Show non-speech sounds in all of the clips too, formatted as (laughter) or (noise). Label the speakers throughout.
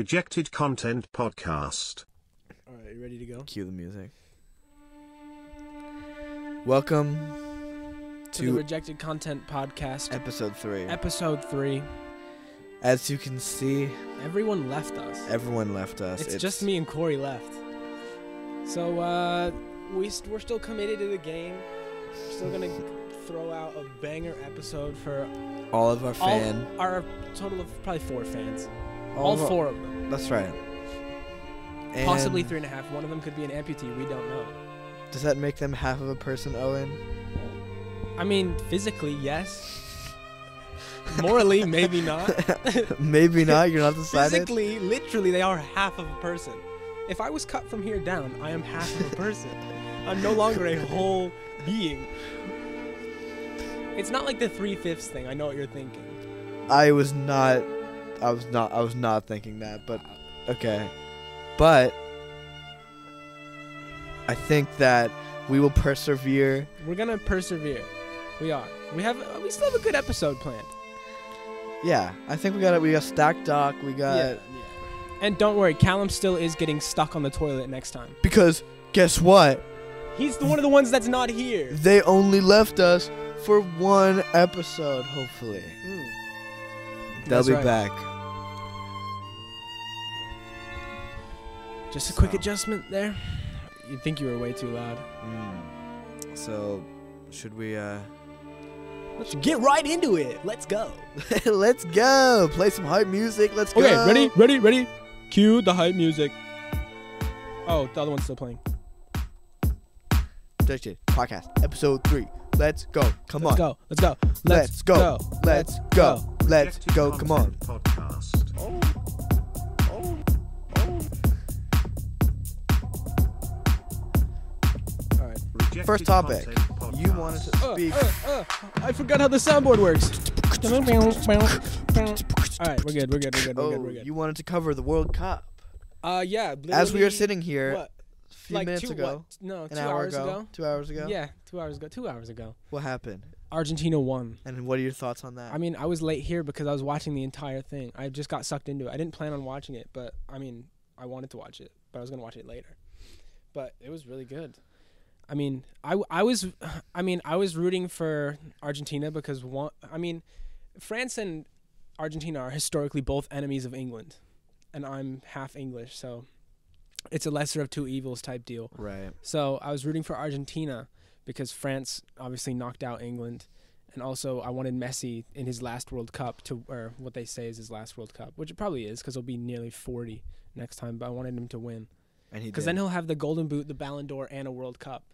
Speaker 1: Rejected Content Podcast.
Speaker 2: All right, you ready to go?
Speaker 3: Cue the music. Welcome
Speaker 2: To the
Speaker 3: to
Speaker 2: Rejected Content Podcast,
Speaker 3: episode three.
Speaker 2: episode three.
Speaker 3: As you can see,
Speaker 2: Everyone left us.
Speaker 3: everyone left us.
Speaker 2: it's, just me and Corey left. So uh, we st- we're still committed to the game. We're still gonna throw out a banger episode for
Speaker 3: All of our
Speaker 2: all
Speaker 3: fan.
Speaker 2: our total of probably four fans.
Speaker 3: all
Speaker 2: all
Speaker 3: of our-
Speaker 2: four of them,
Speaker 3: That's right. And
Speaker 2: possibly three and a half. One of them could be an amputee. We don't know.
Speaker 3: Does that make them half of a person, Owen? (laughs)
Speaker 2: I mean, physically, yes. Morally, maybe not.
Speaker 3: Maybe not. You're not
Speaker 2: (laughs)
Speaker 3: decided.
Speaker 2: Physically, literally, they are half of a person. If I was cut from here down, I am half of a person. I'm no longer a whole being. It's not like the three fifths thing. I know what you're thinking.
Speaker 3: I was not. I was not. I was not thinking that. But okay. But I think that we will persevere.
Speaker 2: We're gonna persevere. We are. We have. uh, We still have a good episode planned.
Speaker 3: Yeah, I think we got it. We got Stack Doc. We got
Speaker 2: And don't worry, Callum still is getting stuck on the toilet next time.
Speaker 3: because guess what?
Speaker 2: He's the, one of the ones that's not here.
Speaker 3: They only left us for one episode. Hopefully,
Speaker 2: Mm.
Speaker 3: they'll
Speaker 2: That's
Speaker 3: be
Speaker 2: right.
Speaker 3: back.
Speaker 2: Just a quick
Speaker 3: So.
Speaker 2: adjustment there. You think you were way too loud.
Speaker 3: Mm. So, should we? uh
Speaker 2: Let's get right into it. Let's go.
Speaker 3: (laughs) Let's go play some hype music. Let's
Speaker 2: Okay,
Speaker 3: go.
Speaker 2: ready, ready, ready. Cue the hype music. Oh, the other one's still playing.
Speaker 3: Ready? Podcast episode three. Let's go. Come
Speaker 2: Let's
Speaker 3: on.
Speaker 2: go. Let's go.
Speaker 3: Let's go. Let's go. Let's
Speaker 1: Rejected
Speaker 3: go. Come on.
Speaker 1: Content Podcast.
Speaker 2: All right.
Speaker 1: Rejected
Speaker 3: First topic.
Speaker 1: Content
Speaker 3: You
Speaker 1: Podcast.
Speaker 3: wanted
Speaker 2: Uh,
Speaker 3: to speak.
Speaker 2: uh, uh, I forgot how the soundboard works. All right, we're good. We're good. We're good. We're
Speaker 3: Oh,
Speaker 2: good. We're good.
Speaker 3: you wanted to cover the World Cup.
Speaker 2: Uh, yeah.
Speaker 3: As we
Speaker 2: literally,
Speaker 3: were sitting here
Speaker 2: what,
Speaker 3: a few
Speaker 2: like
Speaker 3: minutes
Speaker 2: two,
Speaker 3: ago,
Speaker 2: what, no,
Speaker 3: an
Speaker 2: two
Speaker 3: hour
Speaker 2: hours
Speaker 3: ago,
Speaker 2: ago.
Speaker 3: two hours ago,
Speaker 2: Yeah, two hours ago. Two hours ago.
Speaker 3: what happened?
Speaker 2: Argentina won.
Speaker 3: And what are your thoughts on that?
Speaker 2: I mean, I was late here because I was watching the entire thing. I just got sucked into it. I didn't plan on watching it, but I mean, I wanted to watch it, but I was going to watch it later. But it was really good. I mean, I, w- I was (sighs) I mean, I was rooting for Argentina because one I mean, France and Argentina are historically both enemies of England, and I'm half English, so it's a lesser of two evils type deal.
Speaker 3: right.
Speaker 2: So I was rooting for Argentina because France obviously knocked out England, and also I wanted Messi in his last World Cup to, or what they say is his last World Cup, which it probably is because he'll be nearly forty next time. But I wanted him to win
Speaker 3: And he
Speaker 2: because
Speaker 3: did.
Speaker 2: then he'll have the Golden Boot, the Ballon d'Or, and a World Cup,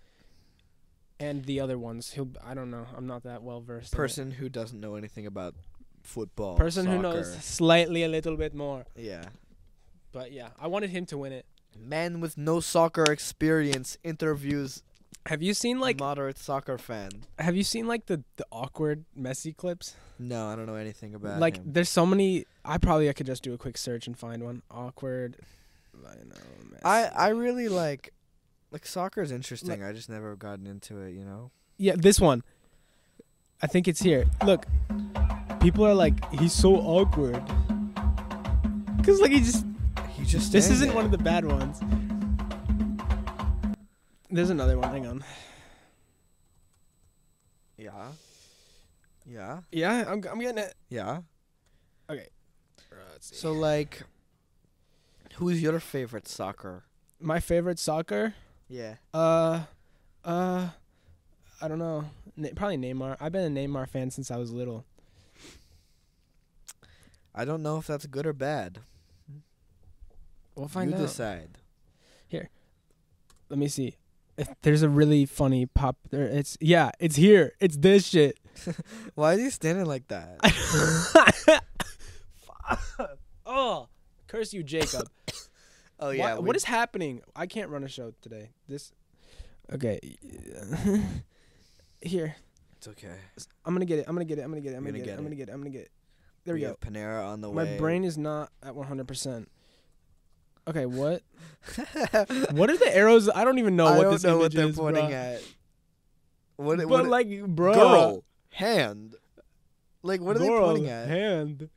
Speaker 2: and the other ones. He'll I don't know. I'm not that well versed. in it.
Speaker 3: person who doesn't know anything about football.
Speaker 2: person who knows (laughs)
Speaker 3: soccer.
Speaker 2: slightly a little bit more.
Speaker 3: Yeah.
Speaker 2: But yeah, I wanted him to win it.
Speaker 3: Man with no soccer experience interviews
Speaker 2: Have you seen like
Speaker 3: moderate soccer fan.
Speaker 2: have you seen like the, the awkward Messi clips?
Speaker 3: No, I don't know anything about
Speaker 2: like
Speaker 3: him.
Speaker 2: there's so many i probably i could just do a quick search and find one awkward i know
Speaker 3: I
Speaker 2: messy.
Speaker 3: I really like like soccer is interesting. I just never have gotten into it. You know.
Speaker 2: yeah this one i think it's here look people are like he's so awkward because like he just
Speaker 3: He just
Speaker 2: this isn't one of the bad ones there's another one hang on
Speaker 3: yeah. Yeah.
Speaker 2: yeah i'm, I'm getting it
Speaker 3: Yeah.
Speaker 2: okay
Speaker 3: So like, who's your favorite soccer?
Speaker 2: my favorite soccer
Speaker 3: Yeah.
Speaker 2: Uh, uh, I don't know. Ne- probably Neymar. I've been a Neymar fan since I was little.
Speaker 3: I don't know if that's good or bad.
Speaker 2: We'll find
Speaker 3: you
Speaker 2: out.
Speaker 3: decide.
Speaker 2: Let me see. If there's a really funny pop. There, it's yeah. It's here. It's this
Speaker 3: (laughs)
Speaker 2: shit.
Speaker 3: Why is he standing
Speaker 2: (laughs)
Speaker 3: like that?
Speaker 2: oh, curse you, Jacob.
Speaker 3: oh
Speaker 2: Why-
Speaker 3: (laughs) yeah.
Speaker 2: what is happening? I can't run a show today. This. Okay. (laughs) here.
Speaker 3: It's okay.
Speaker 2: I'm gonna get it. I'm gonna get it. I'm gonna get it. I'm
Speaker 3: You're
Speaker 2: gonna get it. I'm
Speaker 3: gonna
Speaker 2: gonna get it. I'm gonna get it. There we go.
Speaker 3: have Panera on the
Speaker 2: My
Speaker 3: way. (laughs)
Speaker 2: brain (laughs) is not at 100%. Okay,
Speaker 3: (laughs)
Speaker 2: what? what are the arrows? I don't even know
Speaker 3: I
Speaker 2: what
Speaker 3: don't
Speaker 2: this
Speaker 3: know
Speaker 2: image
Speaker 3: what they're
Speaker 2: is,
Speaker 3: pointing
Speaker 2: bruh.
Speaker 3: at. What?
Speaker 2: But
Speaker 3: what
Speaker 2: like, bro,
Speaker 3: girl hand. Like what are
Speaker 2: girl,
Speaker 3: they pointing at?
Speaker 2: Hand.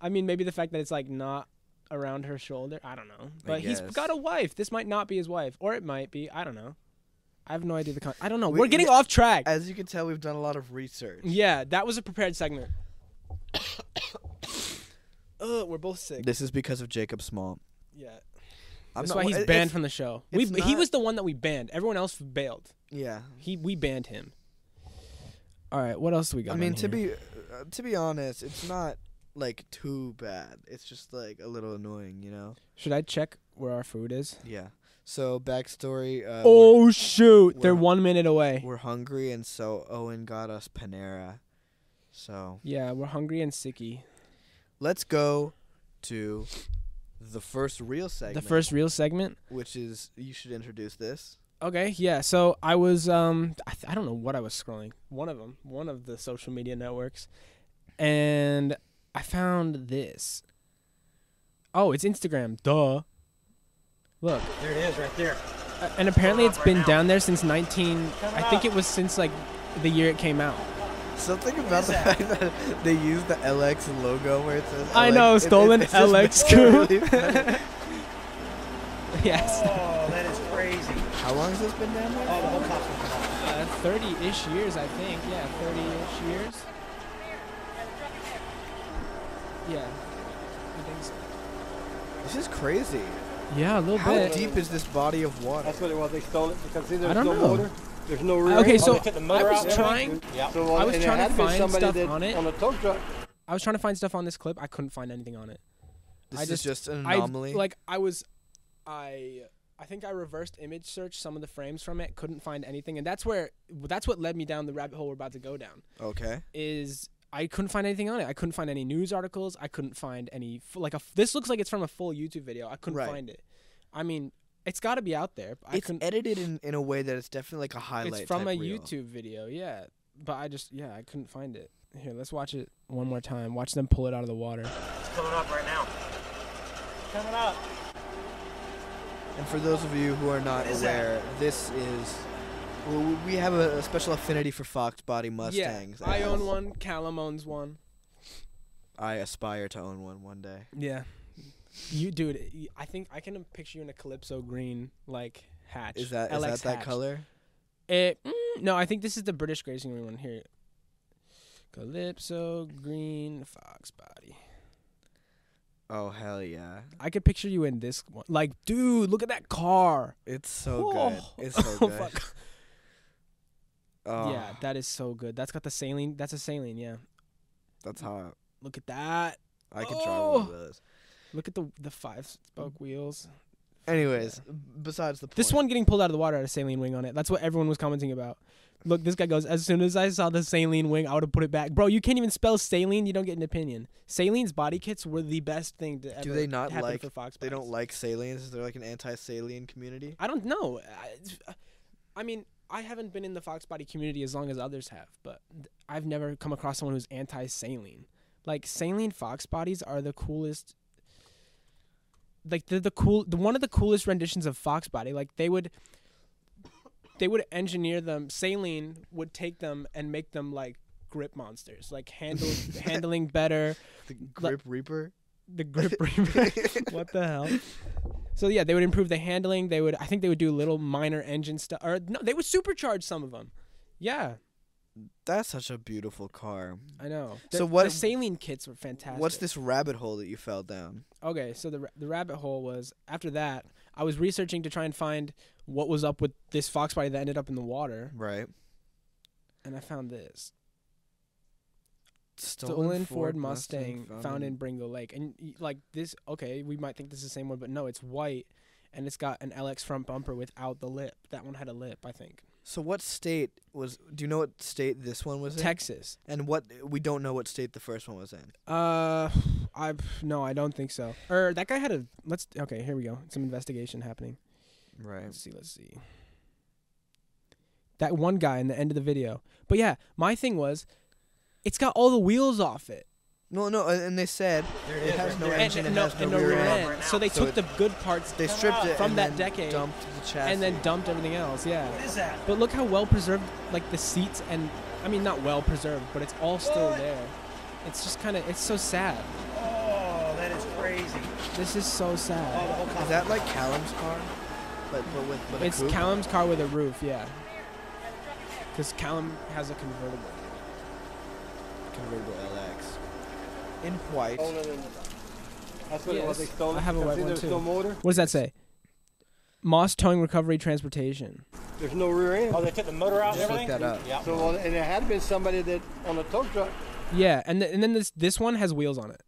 Speaker 2: I mean, maybe the fact that it's like not around her shoulder. I don't know. But he's
Speaker 3: guess.
Speaker 2: got a wife. This might not be his wife, or it might be. I don't know. I have no idea the con- I don't know.
Speaker 3: We-
Speaker 2: We're getting
Speaker 3: yeah.
Speaker 2: off track.
Speaker 3: As you can tell, we've done a lot of research.
Speaker 2: yeah, that was a prepared segment. (coughs) Ugh, we're both sick.
Speaker 3: This is because of Jacob Small.
Speaker 2: yeah,
Speaker 3: I'm
Speaker 2: that's
Speaker 3: not-
Speaker 2: why he's
Speaker 3: it-
Speaker 2: banned
Speaker 3: it's-
Speaker 2: from the show. We
Speaker 3: it's
Speaker 2: he
Speaker 3: not-
Speaker 2: was the one that we banned. Everyone else bailed.
Speaker 3: Yeah,
Speaker 2: He we banned him. All right, what else do we got?
Speaker 3: I mean
Speaker 2: on
Speaker 3: to
Speaker 2: here?
Speaker 3: be uh, to be honest, it's not like too bad. It's just like a little annoying, you know.
Speaker 2: should I check where our food is?
Speaker 3: Yeah. So backstory. Uh, we're-
Speaker 2: oh shoot, they're
Speaker 3: we're-
Speaker 2: one minute away.
Speaker 3: we're, hungry, and so Owen got us Panera. So
Speaker 2: yeah, we're hungry and sicky.
Speaker 3: let's go to the first real segment.
Speaker 2: The first real segment.
Speaker 3: which is you should introduce this.
Speaker 2: Okay, yeah. So I was, um, I, th- I don't know what I was scrolling. One of them, one of the social media networks, and I found this. Oh, it's Instagram. Duh. Look,
Speaker 4: There it is, right there.
Speaker 2: uh, and apparently it's been down there since 19. I think it was since like the year it came out.
Speaker 3: (laughs)
Speaker 2: (laughs)
Speaker 3: Something about
Speaker 4: is
Speaker 3: the
Speaker 4: that?
Speaker 3: fact that they use the LX logo where it says.
Speaker 2: I
Speaker 3: LX.
Speaker 2: know,
Speaker 3: It- it-
Speaker 2: stolen
Speaker 3: it's just
Speaker 2: LX
Speaker 3: really
Speaker 2: (laughs)
Speaker 3: funny.
Speaker 2: Yes.
Speaker 4: Oh, that is crazy.
Speaker 3: How long has this been down there?
Speaker 4: Oh, the whole cop's been come off.
Speaker 2: Uh, 30-ish years, I think. Yeah, 30-ish years. Yeah. I think so.
Speaker 3: This is crazy.
Speaker 2: Yeah, a little
Speaker 3: How
Speaker 2: bit.
Speaker 3: deep is this body of water?
Speaker 5: That's what it was. They stole it because see,
Speaker 2: I
Speaker 5: there's
Speaker 2: don't
Speaker 5: no
Speaker 2: know.
Speaker 5: motor. There's no rear.
Speaker 2: Okay,
Speaker 5: end.
Speaker 2: so
Speaker 4: they took the motor
Speaker 2: I
Speaker 5: Yeah,
Speaker 4: out
Speaker 2: was
Speaker 5: everything.
Speaker 4: and
Speaker 2: trying.
Speaker 5: Yeah. So,
Speaker 2: I was
Speaker 5: and there
Speaker 2: trying to
Speaker 5: had been
Speaker 2: find
Speaker 5: somebody
Speaker 2: stuff
Speaker 5: that-
Speaker 2: on it.
Speaker 5: On a tow truck.
Speaker 2: I was trying to find stuff on this clip. I couldn't find anything on it.
Speaker 3: This
Speaker 2: I
Speaker 3: is
Speaker 2: just-
Speaker 3: just an
Speaker 2: I
Speaker 3: anomaly.
Speaker 2: like I was, I I think I reversed image searched some of the frames from it. Couldn't find anything, and that's where that's what led me down the rabbit hole we're about to go down.
Speaker 3: okay.
Speaker 2: Is I couldn't find anything on it. I couldn't find any news articles. I couldn't find any f- like a. f- This looks like it's from a full YouTube video. I couldn't
Speaker 3: Right.
Speaker 2: find it. I mean, it's got to be out there. But I
Speaker 3: It's
Speaker 2: couldn't.
Speaker 3: edited in, in a way that it's definitely like a highlight.
Speaker 2: It's from a
Speaker 3: type reel.
Speaker 2: YouTube video, yeah. But I just yeah, I couldn't find it. Here, let's watch it one more time. Watch them pull it out of the water.
Speaker 4: it's coming up right now. Coming up.
Speaker 3: And for those of you who are not
Speaker 4: is that?
Speaker 3: aware, this is. Well, we have a, a special affinity for Fox Body Mustangs.
Speaker 2: Yeah, I
Speaker 3: as
Speaker 2: own one. Callum owns one.
Speaker 3: I aspire to own one one day.
Speaker 2: Yeah. You dude, y- I think I can picture you in a calypso green like hatch.
Speaker 3: Is that is
Speaker 2: LX
Speaker 3: that that
Speaker 2: hatch.
Speaker 3: color?
Speaker 2: Eh, mm, no, I think this is the British Grazing Green one here. Calypso green fox body.
Speaker 3: Oh hell yeah!
Speaker 2: I could picture you in this one. Like, dude, look at that car.
Speaker 3: It's so
Speaker 2: Oh. (laughs)
Speaker 3: good. It's so
Speaker 2: Oh,
Speaker 3: good.
Speaker 2: fuck.
Speaker 3: Oh,
Speaker 2: Yeah, that is so good. That's got the saline. That's a saline, yeah.
Speaker 3: that's hot.
Speaker 2: Look at that.
Speaker 3: I could try one of
Speaker 2: Oh.
Speaker 3: those.
Speaker 2: Look at the the five
Speaker 3: Mm.
Speaker 2: spoke wheels.
Speaker 3: Anyways, besides the point,
Speaker 2: This one getting pulled out of the water had a saline wing on it. That's what everyone was commenting about. Look, this guy goes, as soon as I saw the saline wing, I would have put it back. Bro, you can't even spell saline, you don't get an opinion. Saline's body kits were the best thing to ever
Speaker 3: Do they not
Speaker 2: happen
Speaker 3: like-
Speaker 2: for Fox
Speaker 3: they don't
Speaker 2: bodies.
Speaker 3: like saliens. Is there like an anti-salient community?
Speaker 2: I don't know. I, uh, I mean, I haven't been in the Fox body community as long as others have, but th- I've never come across someone who's anti-saline. Like saline Fox bodies are the coolest. Like they're the cool, the, one of the coolest renditions of Fox body. Like they would, they would engineer them. Saline would take them and make them like grip monsters, like handle handling better
Speaker 3: The Grip Reaper.
Speaker 2: the grip (laughs) reaper.
Speaker 3: (laughs)
Speaker 2: what the hell? So yeah, they would improve the handling. They would, I think, they would do little minor engine stuff, or no, they would supercharge some of them. Yeah,
Speaker 3: That's such a beautiful car.
Speaker 2: I know.
Speaker 3: So
Speaker 2: The-
Speaker 3: what-
Speaker 2: The saline kits were fantastic.
Speaker 3: What's this rabbit hole that you fell down?
Speaker 2: Okay, so the ra- the rabbit hole was after that. I was researching to try and find what was up with this fox body that ended up in the water,
Speaker 3: Right.
Speaker 2: and I found this stolen Ford Mustang, found in Bringo Lake, and y- like this. Okay, we might think this is the same one, but no, it's white, and it's got an LX front bumper without the lip. That one had a lip, I think.
Speaker 3: So what state was? Do you know what state this one was
Speaker 2: Texas.
Speaker 3: in? And what we don't know what state the first one was in.
Speaker 2: Uh, I no, I don't think so. Or that guy had a let's okay. Here we go. Some investigation happening.
Speaker 3: Right.
Speaker 2: Let's see. Let's see. That one guy in the end of the video. But yeah, my thing was, it's got all the wheels off it.
Speaker 3: No, no, and and they said
Speaker 4: There it
Speaker 3: it
Speaker 4: is.
Speaker 3: has
Speaker 4: right
Speaker 3: no
Speaker 4: there.
Speaker 2: And,
Speaker 3: engine, it
Speaker 2: and no,
Speaker 3: has
Speaker 2: and
Speaker 3: no
Speaker 2: no rear end.
Speaker 4: right now.
Speaker 2: So they
Speaker 3: So
Speaker 2: took the good parts
Speaker 3: they stripped it
Speaker 2: From
Speaker 3: and
Speaker 2: that
Speaker 3: then
Speaker 2: decade.
Speaker 3: dumped the chassis.
Speaker 2: and then dumped everything else. Yeah.
Speaker 4: What is that?
Speaker 2: But look how well preserved, like the seats and, I mean, not well preserved, but it's all still
Speaker 4: What?
Speaker 2: there. It's just kind of, it's so sad.
Speaker 4: Oh, that is crazy.
Speaker 2: This is so
Speaker 4: Oh, the
Speaker 2: sad.
Speaker 4: whole
Speaker 3: Is that like Callum's car? But but with, with
Speaker 2: It's
Speaker 3: a coupe?
Speaker 2: Callum's car with a roof, yeah. Because Callum has a convertible.
Speaker 3: convertible LX in white.
Speaker 5: Stolen and that's what it was. They
Speaker 2: Yes.
Speaker 5: stole it.
Speaker 2: I have a
Speaker 5: because
Speaker 2: white
Speaker 5: see
Speaker 2: one,
Speaker 5: there's
Speaker 2: too.
Speaker 5: no motor.
Speaker 2: What does that say? Moss Towing Recovery Transportation.
Speaker 5: There's no rear end.
Speaker 4: Oh, they took the motor out
Speaker 3: Just
Speaker 4: and
Speaker 3: look
Speaker 4: everything?
Speaker 3: that up.
Speaker 4: Yeah.
Speaker 5: So well, and it had been somebody that on a tow truck.
Speaker 2: Yeah, and th- and then this this one has wheels on it.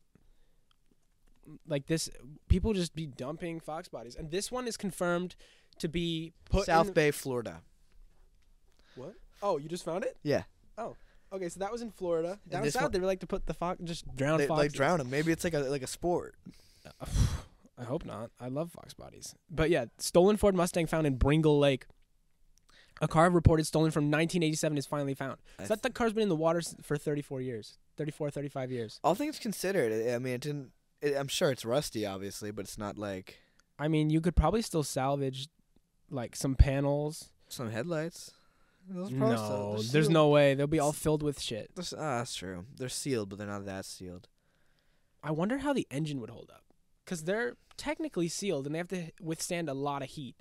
Speaker 2: Like this, people just be dumping fox bodies, and this one is confirmed to be put.
Speaker 3: South
Speaker 2: in,
Speaker 3: Bay, Florida.
Speaker 2: What? Oh, you just found it? Oh,
Speaker 3: Yeah,
Speaker 2: Okay, so that was in Florida.
Speaker 3: And
Speaker 2: Down
Speaker 3: this
Speaker 2: south,
Speaker 3: one-
Speaker 2: they were like to put the fox, just drown
Speaker 3: they, like
Speaker 2: foxes.
Speaker 3: drown them. Maybe it's like a like a sport.
Speaker 2: I hope not. I love fox bodies. But yeah, stolen Ford Mustang found in Bringle Lake. A car reported stolen from 1987 is finally found. So
Speaker 3: I
Speaker 2: that, that car's been in the water s- for 34 years, 34, 35 years.
Speaker 3: All things considered, I I mean, it didn't. It, I'm sure it's rusty, obviously, but it's not like
Speaker 2: I mean, you could probably still salvage like some panels.
Speaker 3: some headlights. Those are probably still-
Speaker 2: No,
Speaker 3: they're
Speaker 2: there's
Speaker 3: sealed.
Speaker 2: no way. They'll be all filled with shit.
Speaker 3: There's, ah, that's true. They're sealed, but they're not that sealed.
Speaker 2: I wonder how the engine would hold up. Because they're technically sealed and they have to withstand a lot of heat.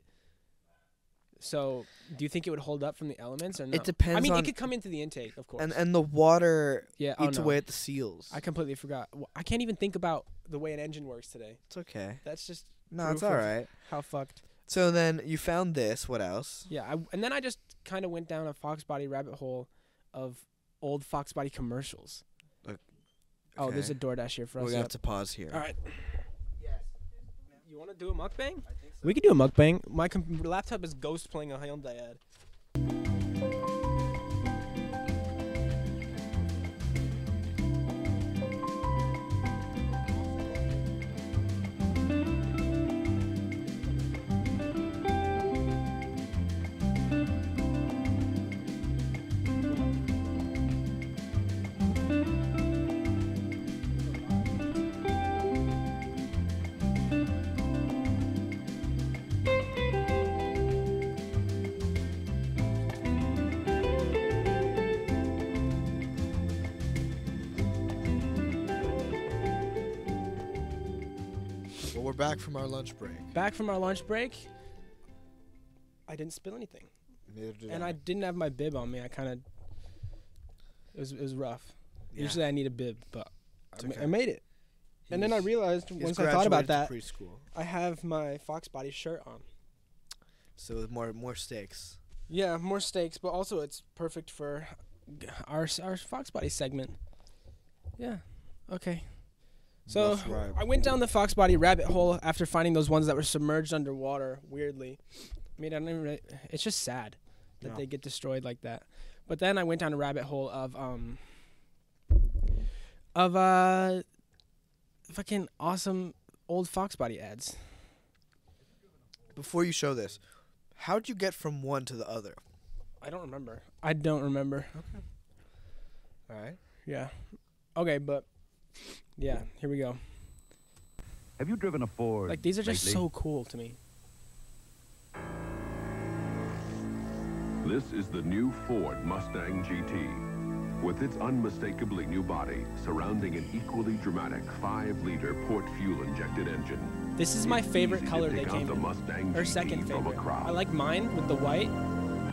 Speaker 2: So, do you think it would hold up from the elements or no? I
Speaker 3: depends
Speaker 2: mean,
Speaker 3: on-
Speaker 2: it could come into the intake, of course.
Speaker 3: And and the water
Speaker 2: yeah, oh,
Speaker 3: eats
Speaker 2: no.
Speaker 3: away at the seals.
Speaker 2: I completely forgot. Wh- I can't even think about the way an engine works today.
Speaker 3: it's okay.
Speaker 2: That's just
Speaker 3: No, it's
Speaker 2: proof
Speaker 3: all
Speaker 2: of-
Speaker 3: right.
Speaker 2: how fucked.
Speaker 3: So then you found this. What else?
Speaker 2: Yeah, I, and then I just kind of went down a Fox Body rabbit hole of old Fox Body commercials.
Speaker 3: Ok-
Speaker 2: Oh, there's a
Speaker 3: okay.
Speaker 2: DoorDash here for
Speaker 3: We're
Speaker 2: us.
Speaker 3: gonna have
Speaker 2: Yep.
Speaker 3: to pause here.
Speaker 2: All right. You want to do a mukbang? We could do a mukbang. My com- laptop is ghost playing a Hyundai ad.
Speaker 3: Well, we're back from our lunch break.
Speaker 2: Back from our lunch break. I didn't spill anything,
Speaker 3: Neither did
Speaker 2: and I didn't have my bib on me. I kind of. It was it was rough. Usually I need a bib, but
Speaker 3: It's
Speaker 2: I, ma-
Speaker 3: okay.
Speaker 2: I made it. And then I
Speaker 3: He's-
Speaker 2: realized once I thought about that,
Speaker 3: preschool.
Speaker 2: I have my Fox Body shirt on.
Speaker 3: So with more more stakes.
Speaker 2: Yeah, more steaks, but also it's perfect for g- our s- our Fox Body segment. Yeah. Okay. So
Speaker 3: That's right.
Speaker 2: I went down the Fox Body rabbit hole after finding those ones that were submerged underwater. Weirdly, I mean, I don't even. Really, it's just sad that
Speaker 3: No.
Speaker 2: they get destroyed like that. But then I went down a rabbit hole of um of uh fucking awesome old Fox Body ads.
Speaker 3: Before you show this, how'd you get from one to the other?
Speaker 2: I don't remember. I don't remember.
Speaker 3: All right.
Speaker 2: Yeah. Okay, but yeah, here we go.
Speaker 6: Have you driven a Ford?
Speaker 2: Like these are just
Speaker 6: lately?
Speaker 2: so cool to me.
Speaker 7: This is the new Ford Mustang GT. With its unmistakably new body, surrounding an equally dramatic 5-liter port fuel-injected engine.
Speaker 2: This is my
Speaker 7: It's
Speaker 2: favorite
Speaker 7: easy to
Speaker 2: color they
Speaker 7: pick out
Speaker 2: came
Speaker 7: the
Speaker 2: in.
Speaker 7: Mustang
Speaker 2: Or
Speaker 7: GT
Speaker 2: second
Speaker 7: from a
Speaker 2: favorite.
Speaker 7: crowd.
Speaker 2: I like mine with the white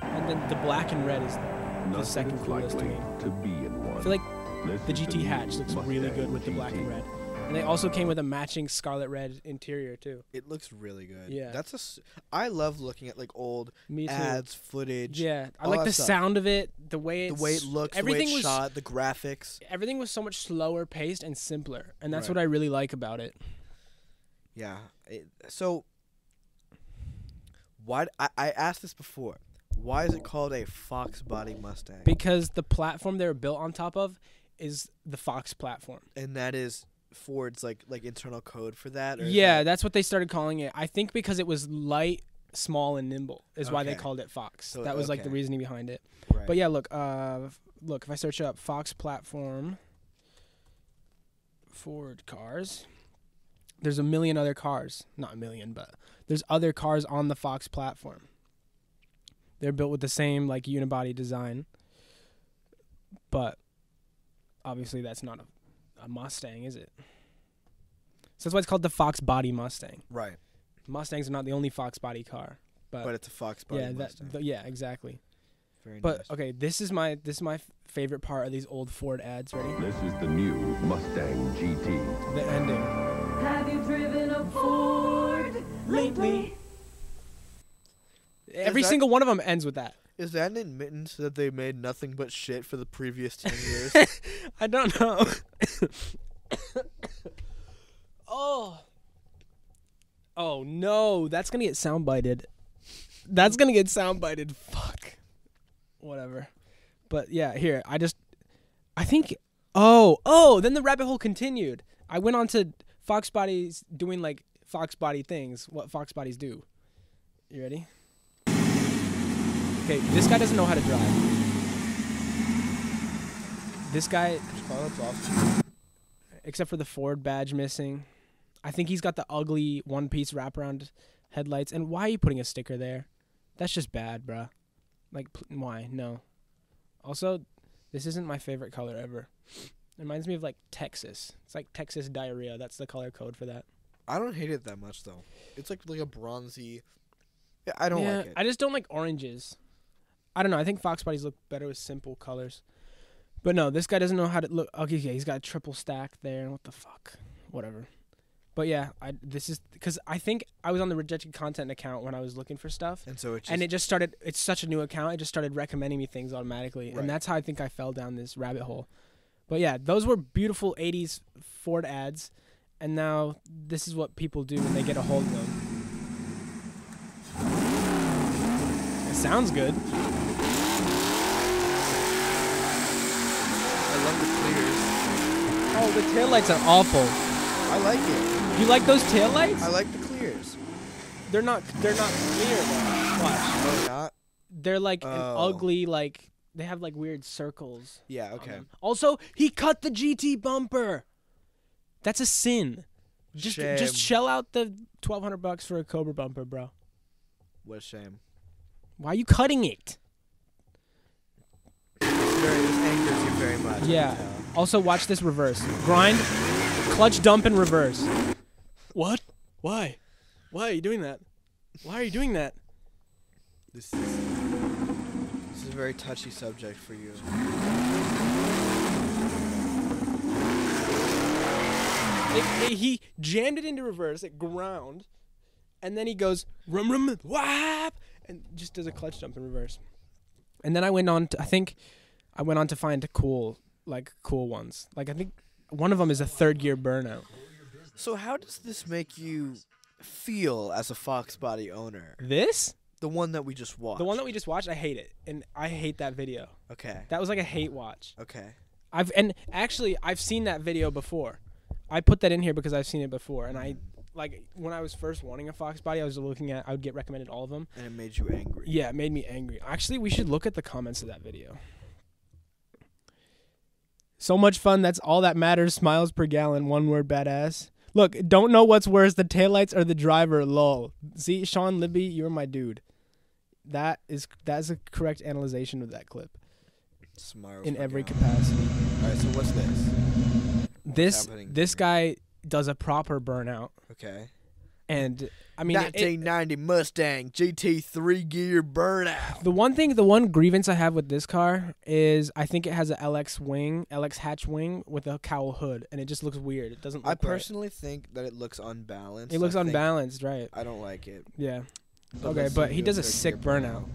Speaker 2: and then the black and red is the
Speaker 7: Nothing
Speaker 2: second
Speaker 7: is
Speaker 2: coolest to
Speaker 7: likely
Speaker 2: me.
Speaker 7: to be in one.
Speaker 2: I feel like the GT hatch looks really good with the black and red. And they also came with a matching scarlet red interior too.
Speaker 3: It looks really good.
Speaker 2: Yeah.
Speaker 3: That's a. s- I love looking at like old
Speaker 2: Me too.
Speaker 3: ads, footage.
Speaker 2: yeah, I
Speaker 3: all
Speaker 2: like
Speaker 3: that
Speaker 2: the
Speaker 3: stuff.
Speaker 2: sound of it, the way
Speaker 3: The
Speaker 2: it's,
Speaker 3: way it looks,
Speaker 2: everything
Speaker 3: the way it's
Speaker 2: was
Speaker 3: shot, the graphics.
Speaker 2: everything was so much slower paced and simpler, and that's
Speaker 3: Right.
Speaker 2: what I really like about it.
Speaker 3: Yeah. It, so, why I, I asked this before. Why is it called a Fox Body Mustang?
Speaker 2: because the platform they were built on top of is the Fox platform.
Speaker 3: and that is Ford's like like internal code for that. Or is
Speaker 2: Yeah,
Speaker 3: that-
Speaker 2: that's what they started calling it. I think because it was light, small, and nimble is why they
Speaker 3: Okay.
Speaker 2: called it Fox.
Speaker 3: So-
Speaker 2: that was like the
Speaker 3: okay.
Speaker 2: reasoning behind it.
Speaker 3: right.
Speaker 2: But yeah, look, uh, f- look. If I search up Fox platform, Ford cars, there's a million other cars. Not a million, but there's other cars on the Fox platform. They're built with the same like unibody design, but obviously that's not a, a Mustang, is it? So that's why it's called the Fox Body Mustang.
Speaker 3: Right.
Speaker 2: Mustangs are not the only Fox Body car, but,
Speaker 3: But it's a Fox body
Speaker 2: yeah, that,
Speaker 3: Mustang.
Speaker 2: th- yeah, exactly.
Speaker 3: Very
Speaker 2: But
Speaker 3: nice.
Speaker 2: okay, this is my this is my f- favorite part of these old Ford ads. Ready?
Speaker 7: This is the new Mustang GT.
Speaker 2: The ending.
Speaker 8: Have you driven a Ford lately?
Speaker 2: Every
Speaker 3: that-
Speaker 2: single one of them ends with that.
Speaker 3: Is that an admittance that they made nothing but shit for the previous (laughs) ten years?
Speaker 2: I don't know. oh. Oh no, that's gonna get soundbited. That's gonna get soundbited. Fuck. Whatever. But yeah, here I just, I think. Oh, oh. Then the rabbit hole continued. I went on to Fox Bodies doing like Fox Body things. What Fox Bodies do. You ready? Okay, this guy doesn't know how to drive. This guy except for the Ford badge missing. I think he's got the ugly one piece wraparound headlights. And why are you putting a sticker there? That's just bad, bruh. Like, pl- why? No. Also, this isn't my favorite color ever. It reminds me of like Texas. It's like Texas diarrhea. That's the color code for that.
Speaker 3: I don't hate it that much though. It's like like a bronzy. Yeah, I don't like it.
Speaker 2: I just don't like oranges. I don't know. I think fox bodies look better with simple colors. But no, this guy doesn't know how to look. Okay, yeah, he's got a triple stack there. What the fuck? Whatever. But yeah, I this is because I think I was on the rejected content account when I was looking for stuff,
Speaker 3: and so it's just,
Speaker 2: and it just started. It's such a new account. It just started recommending me things automatically,
Speaker 3: Right.
Speaker 2: and that's how I think I fell down this rabbit hole. But yeah, those were beautiful '80s Ford ads, and now this is what people do when they get a hold of them. It sounds good.
Speaker 3: I love the
Speaker 2: Oh, the taillights are awful.
Speaker 3: clears. I like it.
Speaker 2: You like those
Speaker 3: I
Speaker 2: taillights?
Speaker 3: like the clears.
Speaker 2: They're not. They're not clear though. Watch.
Speaker 3: Oh, not.
Speaker 2: They're like an
Speaker 3: Oh.
Speaker 2: ugly like. They have like weird circles.
Speaker 3: Yeah.
Speaker 2: on
Speaker 3: Okay.
Speaker 2: them. Also, he cut the GT bumper. That's a sin. Just
Speaker 3: Shame.
Speaker 2: just shell out the twelve hundred bucks for a Cobra bumper, bro.
Speaker 3: What a shame.
Speaker 2: Why are you cutting it?
Speaker 3: It's very, this angers you very much. I can
Speaker 2: Yeah.
Speaker 3: tell.
Speaker 2: Also, watch this reverse grind, clutch dump and reverse. What? Why? Why are you doing that? Why are you doing that?
Speaker 3: This is this is a very touchy subject for you.
Speaker 2: It, it- he jammed it into reverse. It ground, and then he goes rum rum whap, and just does a clutch jump in reverse. And then I went on. To, I think I went on to find cool, like cool ones. Like I think one of them is a third gear burnout.
Speaker 3: So how does this make you feel as a Fox Body owner?
Speaker 2: This,
Speaker 3: The one that we just watched.
Speaker 2: the one that we just watched, I hate it, and I hate that video.
Speaker 3: Okay.
Speaker 2: That was like a hate watch.
Speaker 3: okay.
Speaker 2: I've and actually I've seen that video before. I put that in here because I've seen it before, and I like when I was first wanting a fox body, I was looking at I would get recommended all of them.
Speaker 3: And it made you angry.
Speaker 2: Yeah, it made me angry. Actually, we should look at the comments of that video. So much fun. That's all that matters. Smiles per gallon. One word badass. Look, don't know what's worse, the taillights or the driver. Lol. See, Sean Libby, you're my dude. That is that's a correct analyzation of that clip
Speaker 3: Smart.
Speaker 2: in
Speaker 3: fucking
Speaker 2: every
Speaker 3: out.
Speaker 2: capacity.
Speaker 3: All right. So what's this?
Speaker 2: This
Speaker 3: happening
Speaker 2: this guy does a proper burnout,
Speaker 3: Okay.
Speaker 2: and I mean, it-
Speaker 3: 1990 Mustang GT three gear burnout.
Speaker 2: The one thing, the one grievance I have with this car is I think it has a LX wing, LX hatch wing with a cowl hood, and it just looks weird. It doesn't. Look
Speaker 3: I
Speaker 2: right.
Speaker 3: personally think that it looks unbalanced.
Speaker 2: it looks
Speaker 3: I think-
Speaker 2: unbalanced, right?
Speaker 3: I don't like it.
Speaker 2: Yeah.
Speaker 3: But
Speaker 2: Okay,
Speaker 3: let's
Speaker 2: but
Speaker 3: do
Speaker 2: he does a
Speaker 3: third
Speaker 2: sick
Speaker 3: gear
Speaker 2: burnout.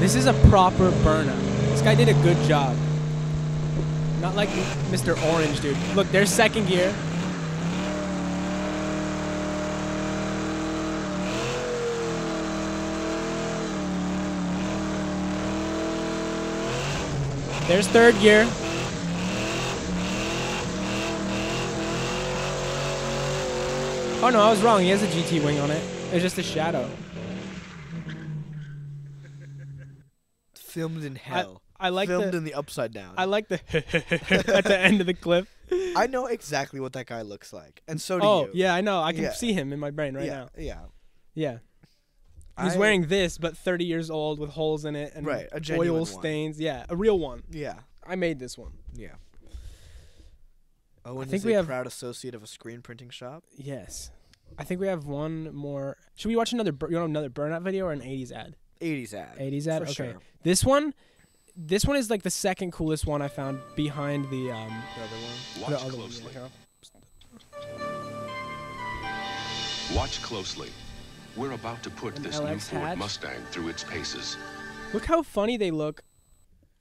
Speaker 2: This is a proper burnout. This guy did a good job. Not like Mr. Orange, dude. Look, there's second gear. There's third gear. Oh no, I was wrong. He has a GT wing on it. It's just a shadow.
Speaker 3: Filmed in hell.
Speaker 2: I like
Speaker 3: filmed
Speaker 2: the-
Speaker 3: in the upside down.
Speaker 2: I like the at the (laughs) end of the
Speaker 3: (laughs)
Speaker 2: clip.
Speaker 3: I know exactly what that guy looks like, and so do
Speaker 2: Oh
Speaker 3: you.
Speaker 2: yeah, I know. I can
Speaker 3: Yeah.
Speaker 2: see him in my brain right
Speaker 3: yeah,
Speaker 2: now.
Speaker 3: yeah.
Speaker 2: Yeah. He's
Speaker 3: I-
Speaker 2: wearing this, but 30 years old with holes in it and
Speaker 3: Right, a genuine
Speaker 2: oil
Speaker 3: one.
Speaker 2: stains. Yeah, a real one.
Speaker 3: Yeah,
Speaker 2: I made this one.
Speaker 3: Yeah. Owen
Speaker 2: think
Speaker 3: is
Speaker 2: we
Speaker 3: a
Speaker 2: have-
Speaker 3: proud associate of a screen printing shop.
Speaker 2: Yes. I think we have one more. Should we watch another? Bur- You want another burnout video or an '80s ad?
Speaker 3: 80s ad.
Speaker 2: 80s ad.
Speaker 3: For
Speaker 2: okay.
Speaker 3: sure.
Speaker 2: This one, this one is like the second coolest one I found behind the um
Speaker 3: The other one.
Speaker 2: the
Speaker 7: Watch
Speaker 2: other
Speaker 7: closely.
Speaker 2: one. yeah,
Speaker 7: Watch closely. We're about to put
Speaker 2: An
Speaker 7: this new
Speaker 2: LX hatch?
Speaker 7: Ford Mustang through its paces.
Speaker 2: yeah. Look how funny they look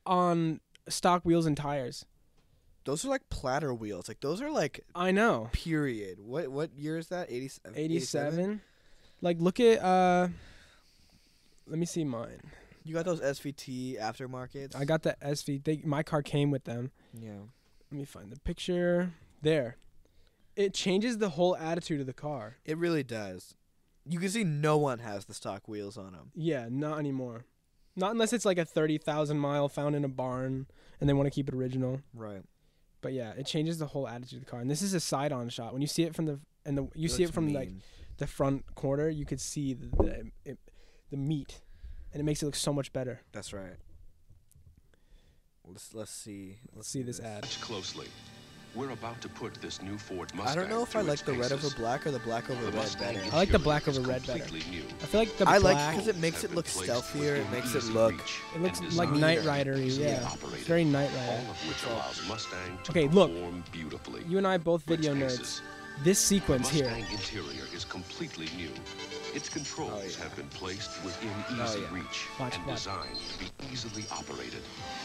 Speaker 2: on stock wheels and tires.
Speaker 3: Those are like platter wheels. Like those are like
Speaker 2: I know.
Speaker 3: period. What what year is that? uh, 87.
Speaker 2: 87. Like look at uh let me see mine.
Speaker 3: You got those SVT aftermarkets?
Speaker 2: I got the SV. They, my car came with them.
Speaker 3: Yeah.
Speaker 2: Let me find the picture. There. It changes the whole attitude of the car.
Speaker 3: It really does. You can see no one has the stock wheels on them.
Speaker 2: Yeah, not anymore. Not unless it's like a 30,000 mile found in a barn and they want to keep it original.
Speaker 3: Right.
Speaker 2: But yeah, it changes the whole attitude of the car. And this is a side on shot. When you see it from the and the you see it from like the front corner, you could see the the, it, the meat and it makes it look so much better.
Speaker 3: That's right. Let's let's see.
Speaker 2: Let's see this ad.
Speaker 7: Watch closely. We're about to put this new Ford
Speaker 3: I
Speaker 7: Mustang.
Speaker 3: don't know if I
Speaker 7: through
Speaker 3: like
Speaker 7: its
Speaker 3: the red over
Speaker 7: paces.
Speaker 3: black or the black over
Speaker 7: The
Speaker 3: red
Speaker 7: Mustang
Speaker 3: better. Uh,
Speaker 2: I like the
Speaker 7: interior
Speaker 2: black
Speaker 7: is
Speaker 2: over red better.
Speaker 7: completely new.
Speaker 2: I feel like the
Speaker 3: I like
Speaker 2: black
Speaker 3: because it makes
Speaker 7: Have
Speaker 3: it
Speaker 7: been
Speaker 3: look
Speaker 7: placed
Speaker 3: stealthier. It
Speaker 7: within
Speaker 3: makes it
Speaker 7: easy
Speaker 3: look.
Speaker 7: reach
Speaker 2: it looks
Speaker 7: and
Speaker 2: like
Speaker 7: designed
Speaker 2: Knight
Speaker 7: to be
Speaker 2: Rider
Speaker 7: easily
Speaker 2: yeah. It's
Speaker 7: operated.
Speaker 2: very Knight
Speaker 7: All
Speaker 2: Rider.
Speaker 7: of which allows Mustang to
Speaker 2: Okay, look.
Speaker 7: perform beautifully.
Speaker 2: You and I both
Speaker 7: for its
Speaker 2: video nerds.
Speaker 7: paces.
Speaker 2: This sequence here.
Speaker 7: Mustang interior is completely new. Its controls
Speaker 2: Oh,
Speaker 7: have been placed within easy reach
Speaker 2: Watch,
Speaker 7: and
Speaker 2: watch.
Speaker 7: designed to be easily operated,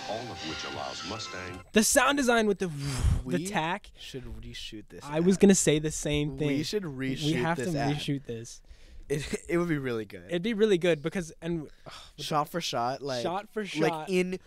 Speaker 7: all of which allows Mustang
Speaker 2: The sound design with the the
Speaker 3: We
Speaker 2: tack.
Speaker 3: Should reshoot this.
Speaker 2: I was
Speaker 3: ad.
Speaker 2: gonna say the same thing.
Speaker 3: We should reshoot.
Speaker 2: We have
Speaker 3: this
Speaker 2: to
Speaker 3: ad.
Speaker 2: reshoot this.
Speaker 3: It, (laughs) it would be really good.
Speaker 2: It'd be really good because and
Speaker 3: shot for shot, like
Speaker 2: Shot for shot.
Speaker 3: like in,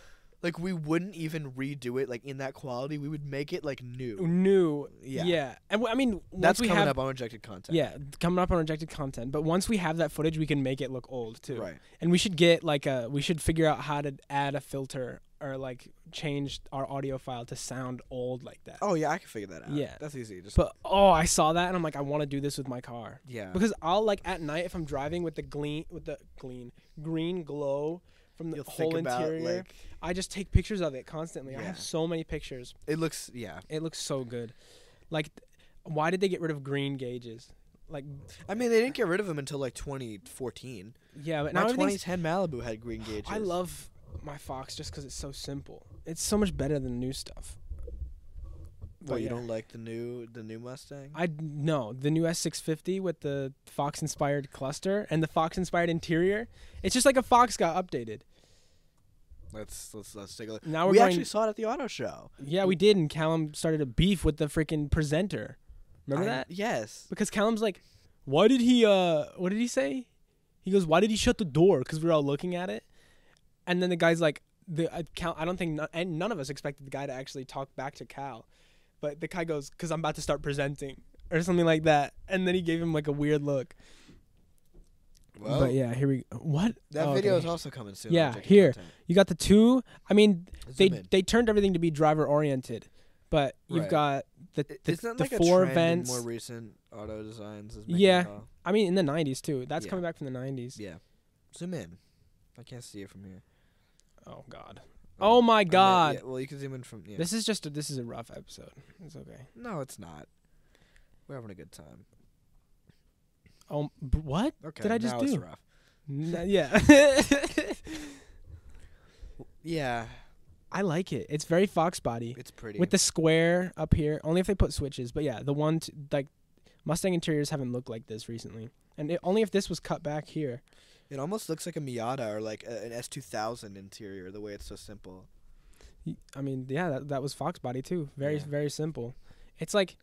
Speaker 3: like we wouldn't even redo it like in that quality. We would make it like new.
Speaker 2: new. Yeah.
Speaker 3: Yeah.
Speaker 2: Yeah. And w- I mean, once
Speaker 3: That's
Speaker 2: we
Speaker 3: coming
Speaker 2: have
Speaker 3: up on rejected content.
Speaker 2: yeah coming up on rejected content, but once we have that footage, we can make it look old too.
Speaker 3: Right.
Speaker 2: And we should get like a we should figure out how to add a filter or like change our audio file to sound old like that.
Speaker 3: Oh yeah, I can figure that out.
Speaker 2: Yeah.
Speaker 3: that's easy. Just
Speaker 2: But oh, I saw that and I'm like, I want to do this with my car.
Speaker 3: yeah,
Speaker 2: Because I'll like at night if I'm driving with the gleam with the gleam green glow from the
Speaker 3: You'll think
Speaker 2: whole
Speaker 3: about,
Speaker 2: interior,
Speaker 3: like-
Speaker 2: I just take pictures of it constantly. I
Speaker 3: Yeah.
Speaker 2: have so many pictures.
Speaker 3: it looks yeah.
Speaker 2: It looks so good. Like, th- why did they get rid of green gauges? Like,
Speaker 3: I mean, they didn't get rid of them until like 2014.
Speaker 2: yeah, but
Speaker 3: My
Speaker 2: now everything's.
Speaker 3: 2010 Malibu had green gauges.
Speaker 2: (sighs) I love my Fox just because it's so simple. It's so much better than new stuff.
Speaker 3: But you
Speaker 2: yeah.
Speaker 3: don't like the new the new Mustang?
Speaker 2: I no the new S650 with the Fox inspired cluster and the Fox inspired interior. It's just like a Fox got updated.
Speaker 3: Let's let's let's take a look.
Speaker 2: Now we're
Speaker 3: we
Speaker 2: going-
Speaker 3: actually saw it at the auto show.
Speaker 2: Yeah, we did, and Callum started a beef with the freaking presenter. Remember
Speaker 3: I-
Speaker 2: that?
Speaker 3: Yes.
Speaker 2: Because Callum's like, "Why did he? uh What did he say? He goes, "Why did he shut the door? Because we were all looking at it." And then the guy's like, "The uh, Cal, I don't think, no, and none of us expected the guy to actually talk back to Cal, but the guy goes, "Cause I'm about to start presenting." Or something like that, and then he gave him like a weird look.
Speaker 3: Well,
Speaker 2: but yeah, here we go. What
Speaker 3: that
Speaker 2: Oh,
Speaker 3: video
Speaker 2: okay.
Speaker 3: is also coming soon. on
Speaker 2: Yeah,
Speaker 3: Rejected
Speaker 2: here
Speaker 3: Content.
Speaker 2: you got the two. I mean, they
Speaker 3: Zoom in.
Speaker 2: they turned everything to be driver oriented, but you've
Speaker 3: Right.
Speaker 2: got the
Speaker 3: It-
Speaker 2: the,
Speaker 3: it's not
Speaker 2: the
Speaker 3: like a
Speaker 2: four
Speaker 3: trend in
Speaker 2: events.
Speaker 3: More recent auto designs. Is making it
Speaker 2: yeah,
Speaker 3: all-
Speaker 2: I mean in the '90s too. That's
Speaker 3: Yeah.
Speaker 2: coming back from the '90s.
Speaker 3: Yeah. Zoom in. I can't see it from here.
Speaker 2: Oh God. Oh my
Speaker 3: I mean,
Speaker 2: God.
Speaker 3: yeah, well, you can zoom in from. Yeah.
Speaker 2: This is just a, this is a rough episode. It's okay.
Speaker 3: no, it's not. We're having a good time.
Speaker 2: Oh, b- what
Speaker 3: Okay.
Speaker 2: did I just
Speaker 3: now It's
Speaker 2: do?
Speaker 3: rough.
Speaker 2: N-
Speaker 3: (laughs)
Speaker 2: yeah. (laughs)
Speaker 3: Yeah,
Speaker 2: I like it. It's very Fox body
Speaker 3: it's pretty.
Speaker 2: with the square up here. Only if they put switches. But yeah, the one t- like Mustang interiors haven't looked like this recently, and it, only if this was cut back here.
Speaker 3: It almost looks like a Miata or like a, an S2000 interior, the way it's so simple.
Speaker 2: Y- I mean, yeah, that, that was Fox Body too. Very,
Speaker 3: Yeah.
Speaker 2: very simple. It's like,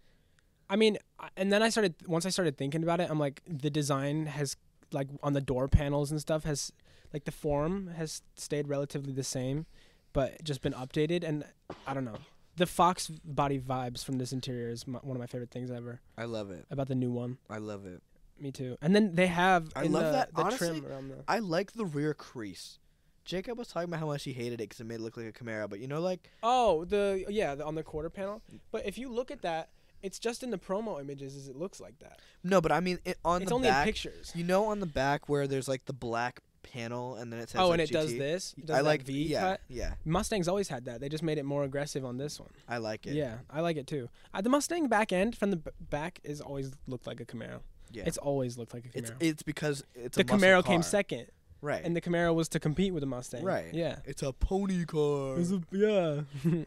Speaker 2: I mean, I- and then I started once I started thinking about it. I'm like, the design has like on the door panels and stuff has like the form has stayed relatively the same, but just been updated. And I don't know, the Fox Body vibes from this interior is my, one of my favorite things ever
Speaker 3: I love it.
Speaker 2: about the new one.
Speaker 3: I love it.
Speaker 2: Me too. And then they have
Speaker 3: I
Speaker 2: in
Speaker 3: love
Speaker 2: the,
Speaker 3: that,
Speaker 2: the
Speaker 3: honestly,
Speaker 2: trim around the.
Speaker 3: I like the rear crease. Jacob was talking about how much he hated it because it made it look like a Camaro, but you know, like
Speaker 2: Oh, the yeah, the, on the quarter panel.
Speaker 3: Mm.
Speaker 2: But if you look at that, it's just in the promo images as it looks like that.
Speaker 3: no, but I mean it, on
Speaker 2: it's
Speaker 3: the
Speaker 2: only
Speaker 3: back.
Speaker 2: in pictures.
Speaker 3: You know, on the back where there's like the black panel, and then it says.
Speaker 2: Oh,
Speaker 3: like,
Speaker 2: and it does
Speaker 3: GT.
Speaker 2: this. It does
Speaker 3: I
Speaker 2: that
Speaker 3: like
Speaker 2: V
Speaker 3: yeah,
Speaker 2: cut.
Speaker 3: yeah.
Speaker 2: Mustang's always had that. They just made it more aggressive on this one.
Speaker 3: I like it.
Speaker 2: Yeah, I like it too. Uh, the Mustang back end from the b- back is always looked like a Camaro.
Speaker 3: yeah.
Speaker 2: It's always looked like a Camaro.
Speaker 3: it's it's because it's
Speaker 2: the
Speaker 3: a muscle
Speaker 2: Camaro came
Speaker 3: car.
Speaker 2: second,
Speaker 3: right?
Speaker 2: and the Camaro was to compete with the Mustang.
Speaker 3: right.
Speaker 2: Yeah.
Speaker 3: It's a pony car.
Speaker 2: It was a-
Speaker 3: (laughs)
Speaker 2: yeah.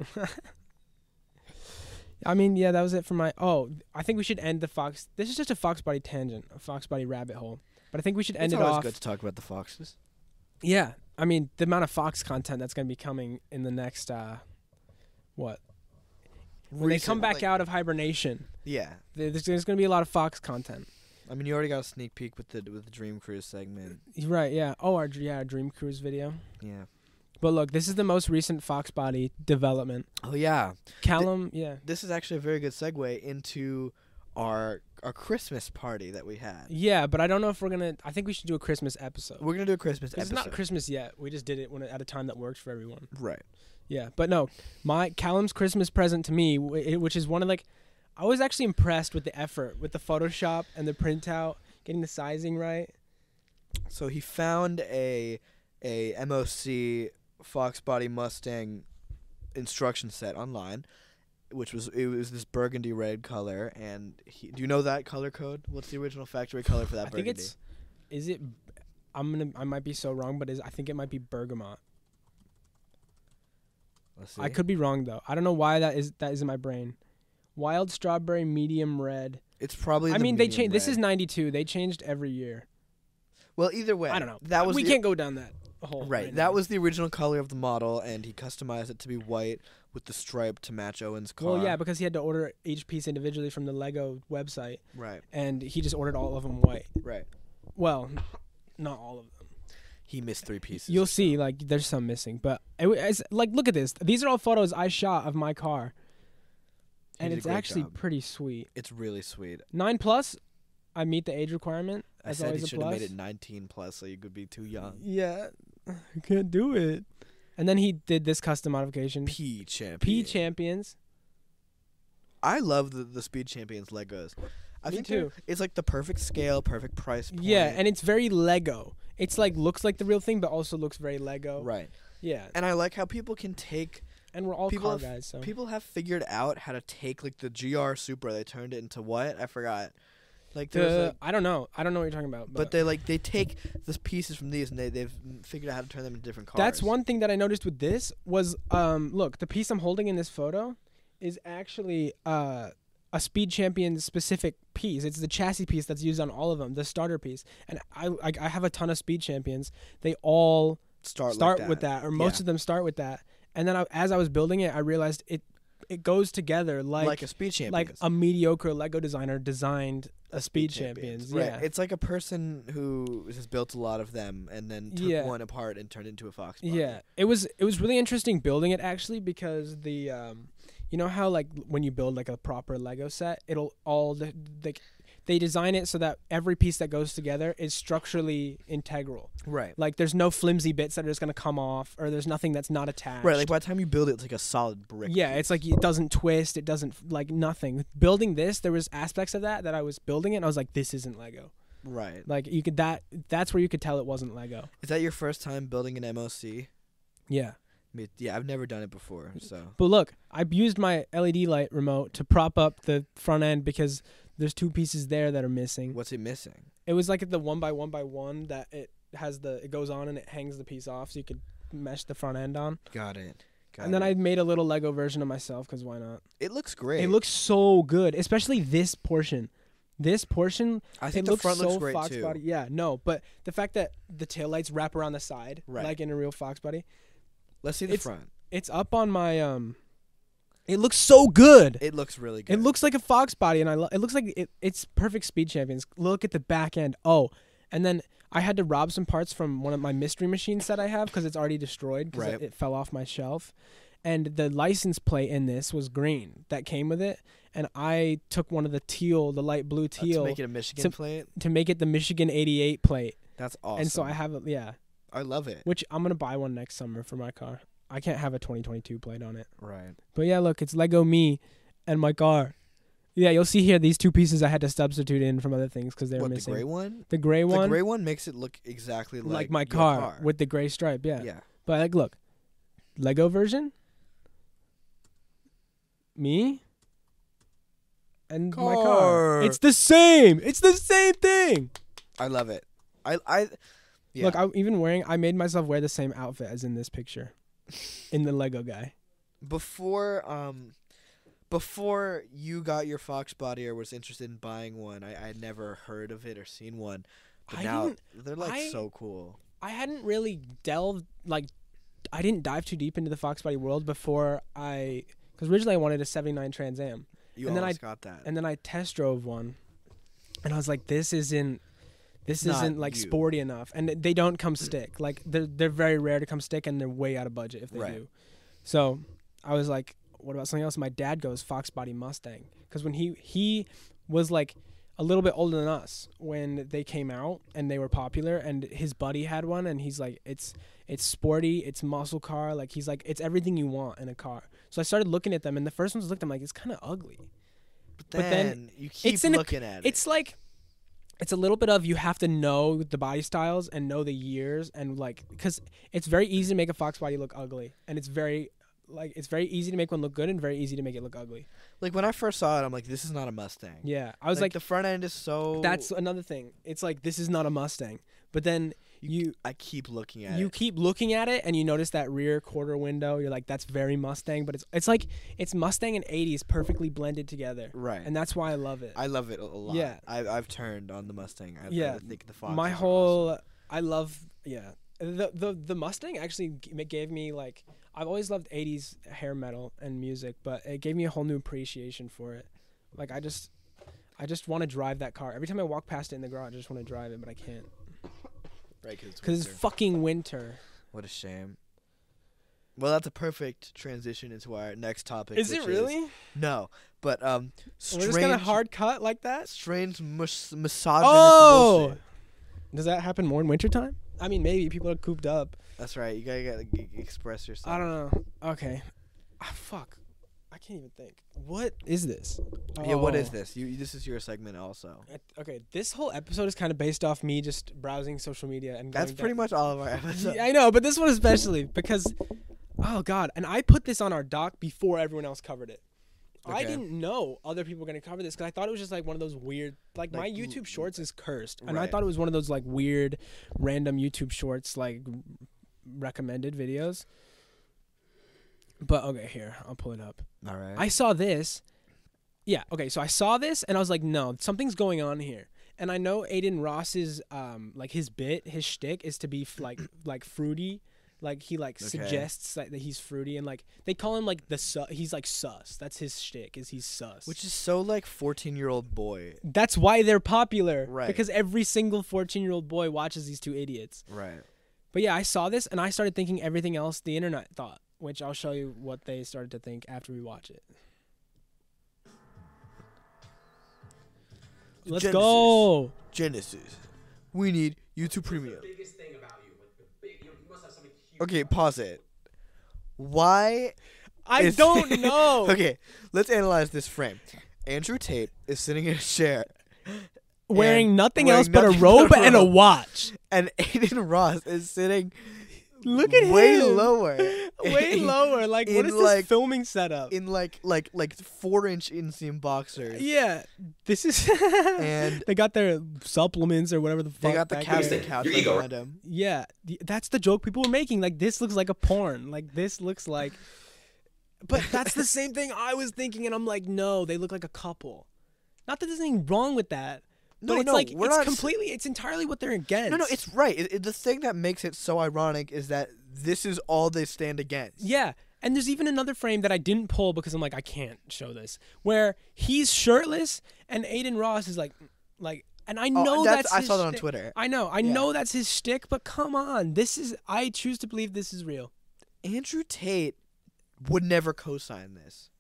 Speaker 2: I mean, yeah, that was it for my. Oh, I think we should end the Fox. This is just a Fox body tangent, a Fox body rabbit hole. But I think we should end
Speaker 3: it's
Speaker 2: it
Speaker 3: always
Speaker 2: off.
Speaker 3: good to talk about the foxes.
Speaker 2: Yeah, I mean the amount of Fox content that's going to be coming in the next uh, what when they come
Speaker 3: Recent,
Speaker 2: back
Speaker 3: like-
Speaker 2: out of hibernation.
Speaker 3: Yeah.
Speaker 2: there- There's, there's going to be a lot of Fox content.
Speaker 3: I mean, you already got a sneak peek with the with the Dream Cruise segment.
Speaker 2: You're Right? Yeah. Oh, our yeah our Dream Cruise video.
Speaker 3: Yeah.
Speaker 2: But look, this is the most recent Fox body development.
Speaker 3: Oh yeah.
Speaker 2: Callum, yeah,
Speaker 3: This is actually a very good segue into our our Christmas party that we had.
Speaker 2: yeah. But I don't know if we're gonna. I think we should do a Christmas episode.
Speaker 3: We're gonna do a Christmas
Speaker 2: 'Cause
Speaker 3: episode.
Speaker 2: It's not Christmas yet. We just did it when at a time that worked for everyone.
Speaker 3: right.
Speaker 2: Yeah, but no, my Callum's Christmas present to me, wh- it- which is one of like, I was actually impressed with the effort with the Photoshop and the printout, getting the sizing right.
Speaker 3: So he found a a MOC Fox Body Mustang instruction set online, which was it was this burgundy red color. And he, do you know that color code? What's the original factory color for that
Speaker 2: I think
Speaker 3: burgundy?
Speaker 2: it's, is it? I'm gonna, I might be so wrong, but is I think it might be bergamot.
Speaker 3: Let's
Speaker 2: I
Speaker 3: see.
Speaker 2: could be wrong though. I don't know why that is that is in my brain. Wild strawberry, medium red.
Speaker 3: It's probably.
Speaker 2: I
Speaker 3: the
Speaker 2: mean, they
Speaker 3: medium
Speaker 2: changed. This
Speaker 3: red.
Speaker 2: is '92. They changed every year.
Speaker 3: well. Either way,
Speaker 2: I don't know.
Speaker 3: That was
Speaker 2: we
Speaker 3: the-
Speaker 2: can't go down that hole.
Speaker 3: Right,
Speaker 2: now.
Speaker 3: that was the original color of the model, and he customized it to be white with the stripe to match Owen's car.
Speaker 2: Well, yeah, because he had to order each piece individually from the Lego website,
Speaker 3: right,
Speaker 2: and he just ordered all of them white.
Speaker 3: right.
Speaker 2: Well, not all of them.
Speaker 3: He missed three pieces.
Speaker 2: You'll see, like there's some missing, but it, wa- it's like look at this. These are all photos I shot of my car,
Speaker 3: He
Speaker 2: and
Speaker 3: did a
Speaker 2: it's
Speaker 3: great
Speaker 2: actually
Speaker 3: job.
Speaker 2: pretty sweet.
Speaker 3: It's really sweet.
Speaker 2: Nine plus, I meet the age requirement. That's
Speaker 3: I said
Speaker 2: always
Speaker 3: he
Speaker 2: a
Speaker 3: should have
Speaker 2: plus. Mm-hmm.
Speaker 3: made it 19 plus, so you could be too young.
Speaker 2: yeah, I can't do it. And then he did this custom modification. P,
Speaker 3: P champion.
Speaker 2: champions.
Speaker 3: I love the, the Speed Champions Legos. I
Speaker 2: Me
Speaker 3: think they're-
Speaker 2: too.
Speaker 3: It's like the perfect scale, perfect price point.
Speaker 2: Yeah, and it's very Lego. It's like looks like the real thing, but also looks very Lego.
Speaker 3: right.
Speaker 2: Yeah,
Speaker 3: And I like how people can take
Speaker 2: and we're all
Speaker 3: people
Speaker 2: car
Speaker 3: have,
Speaker 2: guys, so
Speaker 3: people have figured out how to take like the GR Supra. They turned it into what? I forgot. Like there's
Speaker 2: the,
Speaker 3: like,
Speaker 2: I don't know. I don't know what you're talking about,
Speaker 3: But they like they take the pieces from these and they they've figured out how to turn them into different cars.
Speaker 2: That's one thing that I noticed with this was um look, the piece I'm holding in this photo is actually uh a speed champion specific piece. It's the chassis piece that's used on all of them, the starter piece. And I I, I have a ton of speed champions. They all
Speaker 3: start like
Speaker 2: start with that or most of them start with that. And then I, as I was building it, I realized it it goes together
Speaker 3: Yeah.
Speaker 2: like
Speaker 3: like, a speed champion.
Speaker 2: like a mediocre Lego designer designed a speed, champions. Yeah.
Speaker 3: Right. It's like a person who has built a lot of them and then took
Speaker 2: Yeah.
Speaker 3: one apart and turned it into a fox. body.
Speaker 2: Yeah, it was it was really interesting building it actually because the um, you know how like when you build like a proper Lego set, it'll all the like they design it so that every piece that goes together is structurally integral.
Speaker 3: Right.
Speaker 2: Like there's no flimsy bits that are just gonna come off, or there's nothing that's not attached.
Speaker 3: Right. Like by the time you build it, it's like a solid brick.
Speaker 2: yeah, it's like it doesn't twist, it doesn't like nothing. Building this, there was aspects of that that I was building it, and I was like, this isn't Lego.
Speaker 3: Right.
Speaker 2: Like you could that that's where you could tell it wasn't Lego.
Speaker 3: Is that your first time building an MOC?
Speaker 2: Yeah.
Speaker 3: Me- Yeah, I've never done it before, so
Speaker 2: But look, I used my LED light remote to prop up the front end because there's two pieces there that are missing.
Speaker 3: what's it missing?
Speaker 2: It was like the one by one by one that it has the it goes on and it hangs the piece off so you could mesh the front end on.
Speaker 3: Got it. Got
Speaker 2: and then
Speaker 3: it.
Speaker 2: I made a little Lego version of myself because why not?
Speaker 3: it looks great.
Speaker 2: It looks so good, especially this portion. This portion,
Speaker 3: I
Speaker 2: it
Speaker 3: think the
Speaker 2: looks
Speaker 3: front
Speaker 2: so
Speaker 3: looks great
Speaker 2: Fox
Speaker 3: too.
Speaker 2: body. Yeah, no, but the fact that the taillights wrap around the side,
Speaker 3: Right.
Speaker 2: like in a real fox body,
Speaker 3: Let's see the
Speaker 2: it's-
Speaker 3: front.
Speaker 2: it's up on my um. It looks so good.
Speaker 3: It looks really good.
Speaker 2: It looks like a fox body, and I lo- it looks like it, it's perfect speed champions. Look at the back end. Oh, and then I had to rob some parts from one of my mystery machines that I have because it's already destroyed because
Speaker 3: Right.
Speaker 2: it, it fell off my shelf. And the license plate in this was green that came with it, and I took one of the teal, the light blue
Speaker 3: Uh, to
Speaker 2: teal,
Speaker 3: make it a Michigan plate.
Speaker 2: to make it the Michigan '88 plate.
Speaker 3: That's awesome.
Speaker 2: And so I have a yeah,
Speaker 3: I love it.
Speaker 2: which I'm gonna buy one next summer for my car. I can't have a 2022 plate on it.
Speaker 3: Right.
Speaker 2: But yeah, look, it's Lego me and my car. Yeah, you'll see here these two pieces I had to substitute in from other things because they were
Speaker 3: What the
Speaker 2: missing.
Speaker 3: gray one?
Speaker 2: The gray
Speaker 3: The
Speaker 2: one,
Speaker 3: gray one makes it look exactly like,
Speaker 2: like, my
Speaker 3: your
Speaker 2: car, with the gray stripe. Yeah.
Speaker 3: yeah.
Speaker 2: But like, look, Lego version, me, and my car.
Speaker 3: Car.
Speaker 2: It's the same. It's the same thing.
Speaker 3: I love it. I I yeah.
Speaker 2: Look, I'm even wearing. I made myself wear the same outfit as in this picture, in the Lego guy.
Speaker 3: before um before you got your fox body or was interested in buying one, I I had never heard of it or seen one. But
Speaker 2: I
Speaker 3: now
Speaker 2: didn't-
Speaker 3: they're like
Speaker 2: I-
Speaker 3: so cool.
Speaker 2: I hadn't really delved like I didn't dive too deep into the Fox Body world before I because originally I wanted a '79 Trans Am.
Speaker 3: You
Speaker 2: and then
Speaker 3: almost
Speaker 2: I-
Speaker 3: got that.
Speaker 2: and then I test drove one, and I was like, this isn't, this
Speaker 3: Not
Speaker 2: isn't like
Speaker 3: you.
Speaker 2: sporty enough, and they don't come stick. Like they're they're very rare to come stick, and they're way out of budget if they
Speaker 3: Right.
Speaker 2: do. So I was like, what about something else? My dad goes Fox Body Mustang because when he he was like a little bit older than us when they came out and they were popular and his buddy had one and he's like it's it's sporty it's muscle car like he's like it's everything you want in a car so i started looking at them and the first ones looked i'm like it's kind of ugly
Speaker 3: but
Speaker 2: but
Speaker 3: then,
Speaker 2: then
Speaker 3: you keep
Speaker 2: an-
Speaker 3: looking at it.
Speaker 2: It's like it's a little bit of you have to know the body styles and know the years and like because it's very easy to make a fox body look ugly and it's very like it's very easy to make one look good and very easy to make it look ugly.
Speaker 3: like when I first saw it, I'm like, this is not a Mustang.
Speaker 2: Yeah, I was
Speaker 3: like,
Speaker 2: like,
Speaker 3: the front end is so.
Speaker 2: that's another thing. It's like this is not a Mustang, but then you
Speaker 3: I keep looking at
Speaker 2: you
Speaker 3: it.
Speaker 2: keep looking at it and you notice that rear quarter window. You're like, that's very Mustang, but it's it's like it's Mustang and '80s perfectly blended together,
Speaker 3: Right.
Speaker 2: and that's why I love it.
Speaker 3: I love it a a lot.
Speaker 2: Yeah.
Speaker 3: I, I've turned on the Mustang. I,
Speaker 2: Yeah,
Speaker 3: I think the Fox.
Speaker 2: my whole i love yeah the the the mustang actually g- ma- gave me like i've always loved 80s hair metal and music but it gave me a whole new appreciation for it like i just i just want to drive that car every time i walk past it in the garage i just want to drive it but i can't
Speaker 3: Right, because
Speaker 2: because it's fucking winter
Speaker 3: What a shame. Well, that's a perfect transition into our next topic.
Speaker 2: is it
Speaker 3: which
Speaker 2: really
Speaker 3: no, but um, strange,
Speaker 2: we're just gonna hard cut like that
Speaker 3: strange mus- misogynist
Speaker 2: Oh!
Speaker 3: bullshit.
Speaker 2: does that happen more in wintertime i mean maybe people are cooped up
Speaker 3: That's right. You gotta, gotta g- express yourself.
Speaker 2: i don't know okay ah, fuck i can't even think what is this
Speaker 3: Yeah, what
Speaker 2: Oh.
Speaker 3: is this? You, this is your segment also.
Speaker 2: I- Okay, this whole episode is kind of based off me just browsing social media and.
Speaker 3: That's
Speaker 2: going
Speaker 3: pretty
Speaker 2: down-
Speaker 3: much all of our episodes.
Speaker 2: Yeah, I know, but this one especially because, oh god, and I put this on our doc before everyone else covered it. I
Speaker 3: Okay.
Speaker 2: didn't know other people were gonna cover this because I thought it was just like one of those weird, like, my
Speaker 3: Like,
Speaker 2: YouTube Shorts is cursed, and I
Speaker 3: right.
Speaker 2: thought it was one of those like weird, random YouTube Shorts like recommended videos. But okay, here I'll pull it up.
Speaker 3: All right.
Speaker 2: I saw this. Yeah. Okay. So I saw this and I was like, no, something's going on here. And I know Aiden Ross's um like his bit, his shtick is to be f-
Speaker 3: (clears throat)
Speaker 2: like like fruity. Like he like suggests that, that he's fruity and like they call him like the su- he's like sus. That's his shtick is he's sus.
Speaker 3: Which is so like 14 year old boy.
Speaker 2: that's why they're popular.
Speaker 3: Right.
Speaker 2: Because every single 14-year-old boy watches these two idiots.
Speaker 3: Right.
Speaker 2: But yeah, I saw this and I started thinking everything else the internet thought, which I'll show you what they started to think after we watch it. Let's
Speaker 3: Genesis.
Speaker 2: go.
Speaker 3: Genesis. We need YouTube Premium. Okay, pause it. Why?
Speaker 2: I (laughs)
Speaker 3: is- (laughs)
Speaker 2: don't know.
Speaker 3: okay, let's analyze this frame. Andrew Tate is sitting in a chair,
Speaker 2: Wearing
Speaker 3: And
Speaker 2: nothing
Speaker 3: wearing
Speaker 2: else but
Speaker 3: nothing
Speaker 2: a
Speaker 3: but a
Speaker 2: robe and a
Speaker 3: robe.
Speaker 2: watch.
Speaker 3: and Aiden Ross is sitting
Speaker 2: Look at
Speaker 3: way
Speaker 2: him. (laughs) (laughs)
Speaker 3: lower, (laughs)
Speaker 2: Way
Speaker 3: in-
Speaker 2: lower. Like what
Speaker 3: in,
Speaker 2: is
Speaker 3: like-
Speaker 2: this filming setup?
Speaker 3: in like like like four inch inseam boxers.
Speaker 2: yeah. This is (laughs)
Speaker 3: And-
Speaker 2: they got their supplements or whatever the fuck.
Speaker 3: They got the
Speaker 2: back
Speaker 3: couch,
Speaker 2: there.
Speaker 3: the couch right behind him.
Speaker 2: Yeah, th- that's the joke people were making. Like this looks like a porn. Like this looks
Speaker 3: (laughs)
Speaker 2: like. But that's the same thing I was thinking, and I'm like, no, they look like a couple. Not that there's anything wrong with that.
Speaker 3: No,
Speaker 2: but it's
Speaker 3: no,
Speaker 2: like
Speaker 3: we're
Speaker 2: it's
Speaker 3: not s-
Speaker 2: completely, it's entirely what they're against.
Speaker 3: No, no, it's right. It, it- the thing that makes it so ironic is that this is all they stand against.
Speaker 2: yeah. And there's even another frame that I didn't pull because I'm like, I can't show this, where he's shirtless and Aiden Ross is like, like, and I know
Speaker 3: Oh, that's-
Speaker 2: that's,
Speaker 3: I
Speaker 2: his
Speaker 3: saw that on
Speaker 2: shtick.
Speaker 3: Twitter.
Speaker 2: I know, I know that's his shtick, but come on, this is I choose to believe this is real.
Speaker 3: Andrew Tate would never co-sign this.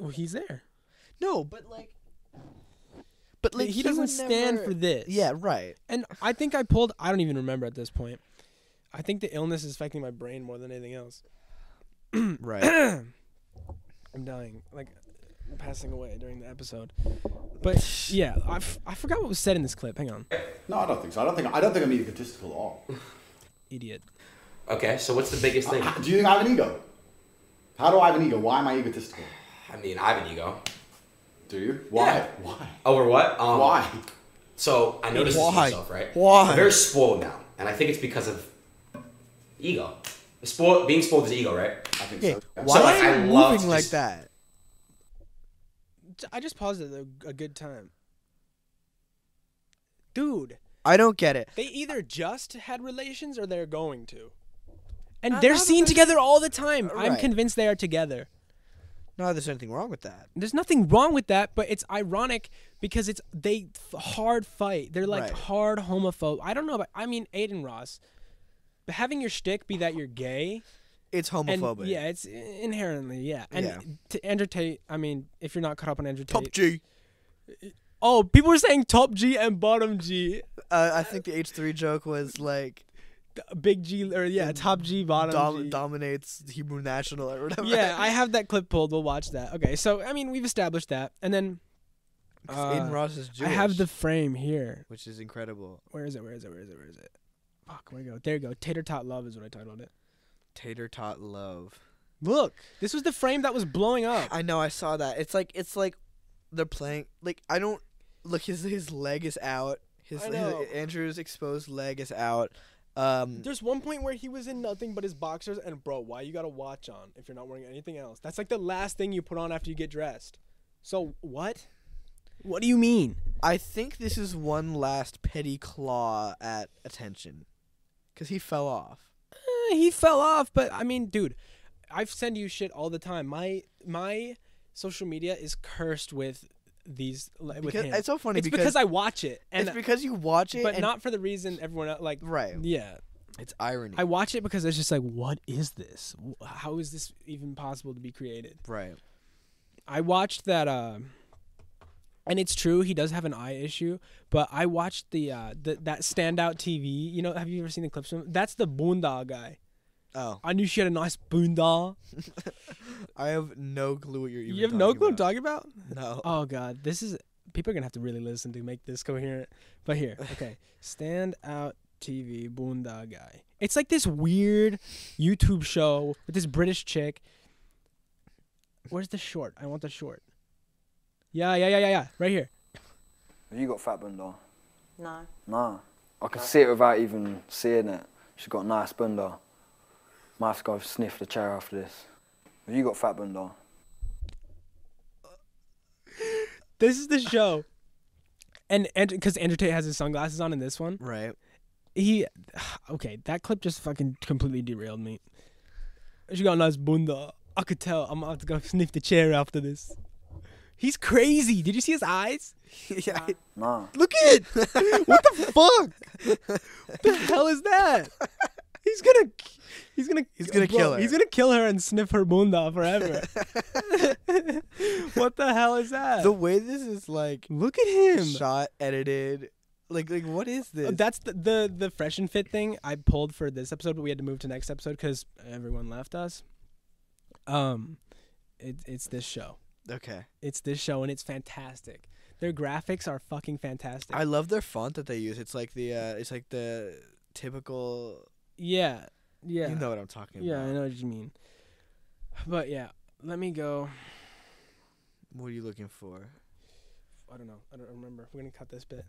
Speaker 2: Well, he's there.
Speaker 3: No, but like, but like
Speaker 2: he, doesn't
Speaker 3: would
Speaker 2: stand
Speaker 3: never-
Speaker 2: for this.
Speaker 3: Yeah,
Speaker 9: (clears throat)
Speaker 3: right.
Speaker 2: And I think I pulled I don't even remember at this point. I think the illness is affecting my brain more than anything else.
Speaker 3: right.
Speaker 2: I'm dying. Like passing away during the episode. But yeah, I, f- I forgot what was said in this clip. Hang on,
Speaker 10: No, I don't think so. I don't think I don't think I'm egotistical at all.
Speaker 2: idiot.
Speaker 9: Okay, so what's the biggest
Speaker 3: Ah.
Speaker 9: thing?
Speaker 10: Do you think I have an ego? How do I have an ego? Why am I egotistical?
Speaker 9: I mean, I have an ego.
Speaker 10: Do you? Why?
Speaker 9: Yeah.
Speaker 10: Why?
Speaker 9: Over what? Um,
Speaker 10: Why?
Speaker 9: So I noticed this
Speaker 3: Why?
Speaker 9: myself, right?
Speaker 3: Why?
Speaker 9: I'm very spoiled now, and I think it's because of ego. Spoil being spoiled is ego, right?
Speaker 10: I think
Speaker 3: Hey,
Speaker 10: so. yeah.
Speaker 3: why
Speaker 9: So, like,
Speaker 3: are
Speaker 9: I
Speaker 3: you
Speaker 9: love
Speaker 3: moving
Speaker 9: to
Speaker 3: like
Speaker 9: s-
Speaker 3: that?
Speaker 2: J- I just paused it a, a good time. Dude,
Speaker 3: I don't get it.
Speaker 2: they either just had relations or they're going to. And
Speaker 3: I-
Speaker 2: they're
Speaker 3: I don't
Speaker 2: seen
Speaker 3: think-
Speaker 2: together all the time. I'm
Speaker 3: Right.
Speaker 2: convinced they are together.
Speaker 3: No, there's anything wrong with that.
Speaker 2: There's nothing wrong with that, but it's ironic because it's they f- hard fight. They're like
Speaker 3: Right.
Speaker 2: hard homophobe. I don't know about I mean Aiden Ross. Having your shtick be that you're gay
Speaker 3: It's
Speaker 2: and
Speaker 3: homophobic.
Speaker 2: yeah, it's inherently yeah. And
Speaker 3: Yeah.
Speaker 2: to Andrew Tate, I mean, if you're not caught up on Andrew Tate,
Speaker 3: Top G.
Speaker 2: oh, people were saying top G and bottom G,
Speaker 3: Uh, I think the H three joke was like
Speaker 2: Th- big G or yeah, top G, bottom
Speaker 3: dom-
Speaker 2: G. (laughs)
Speaker 3: dominates Hebrew national or whatever. (laughs)
Speaker 2: yeah, I have that clip pulled. We'll watch that. Okay, so I mean, we've established that, and then
Speaker 3: 'Cause Aiden
Speaker 2: uh,
Speaker 3: Ross is Jewish.
Speaker 2: I have the frame here.
Speaker 3: which is incredible.
Speaker 2: Where is it? Where is it? Where is it? Where is it? Fuck, where to go? There you go. Tater tot love is what I titled it.
Speaker 3: Tater tot love.
Speaker 2: Look, this was the frame that was blowing up.
Speaker 3: I know. I saw that. It's like it's like they're playing. Like I don't look. His his leg is out. His,
Speaker 2: I
Speaker 3: his-
Speaker 2: know.
Speaker 3: Andrew's exposed leg is out. Um,
Speaker 2: There's one point where he was in nothing but his boxers, and bro, why you got a watch on if you're not wearing anything else? That's like the last thing you put on after you get dressed. So what? What do you mean?
Speaker 3: I think this is one last petty claw at attention, because he fell off.
Speaker 2: Eh, (laughs) he fell off, but I mean, dude, I've send you shit all the time. My my social media is cursed with these like, with
Speaker 3: Because-
Speaker 2: him.
Speaker 3: it's so funny
Speaker 2: It's
Speaker 3: because-
Speaker 2: I watch it, and
Speaker 3: it's because you watch it,
Speaker 2: but
Speaker 3: and
Speaker 2: not for the reason everyone else, like
Speaker 3: right.
Speaker 2: yeah.
Speaker 3: It's irony.
Speaker 2: I watch it because it's just like, what is this? Wh- How is this even possible to be created?
Speaker 3: right.
Speaker 2: I watched that, uh, and it's true he does have an eye issue. But I watched the, uh, the that standout TV. You know, have you ever seen the clips from? That's the Boonda guy.
Speaker 3: Oh, (laughs)
Speaker 2: I knew she had a nice Boonda.
Speaker 3: I have no clue what you're even.
Speaker 2: You have no
Speaker 3: talking
Speaker 2: clue what I'm
Speaker 3: about.
Speaker 2: talking about.
Speaker 3: No.
Speaker 2: Oh god, this is people are gonna have to really listen to make this coherent. But here, okay, stand out TV Boonda guy. It's like this weird YouTube show with this British chick. Where's the short? I want the short. Yeah, yeah, yeah, yeah, yeah. Right here.
Speaker 5: Have you got fat bunda?
Speaker 8: No.
Speaker 5: No. I can see it without even seeing it. She's got nice bunda. Might have to go sniff the chair after this. Have you got fat bunda?
Speaker 2: This is the show. And because Andrew Tate has his sunglasses on in this one,
Speaker 3: right.
Speaker 2: he (sighs) okay that clip just fucking completely derailed me she got a nice bunda i could tell i'm about to go (laughs) sniff the chair after this he's crazy did you see his eyes
Speaker 3: (laughs) yeah. I-
Speaker 5: No.
Speaker 3: Look at
Speaker 2: (laughs)
Speaker 3: it. what the fuck?
Speaker 2: what the hell is that he's gonna he's gonna
Speaker 3: He's gonna kill her.
Speaker 2: he's gonna kill her and sniff her bunda
Speaker 3: (laughs)
Speaker 2: forever (laughs) what the hell is that
Speaker 3: The way this is like
Speaker 2: uh, look at him
Speaker 3: shot, edited, like like what is this?
Speaker 2: Uh, That's the, the the fresh and fit thing I pulled for this episode, but we had to move to next episode because everyone left us. Um, it, it's this show.
Speaker 3: okay.
Speaker 2: It's this show, and it's fantastic. Their graphics are fucking fantastic.
Speaker 3: I love their font that they use. It's like the uh, it's like the typical.
Speaker 2: yeah, yeah,
Speaker 3: You know what I'm talking
Speaker 2: yeah.
Speaker 3: about.
Speaker 2: I know what you mean. But yeah, let me go.
Speaker 3: What are you looking for?
Speaker 2: I don't know. I don't remember. We're gonna cut this bit.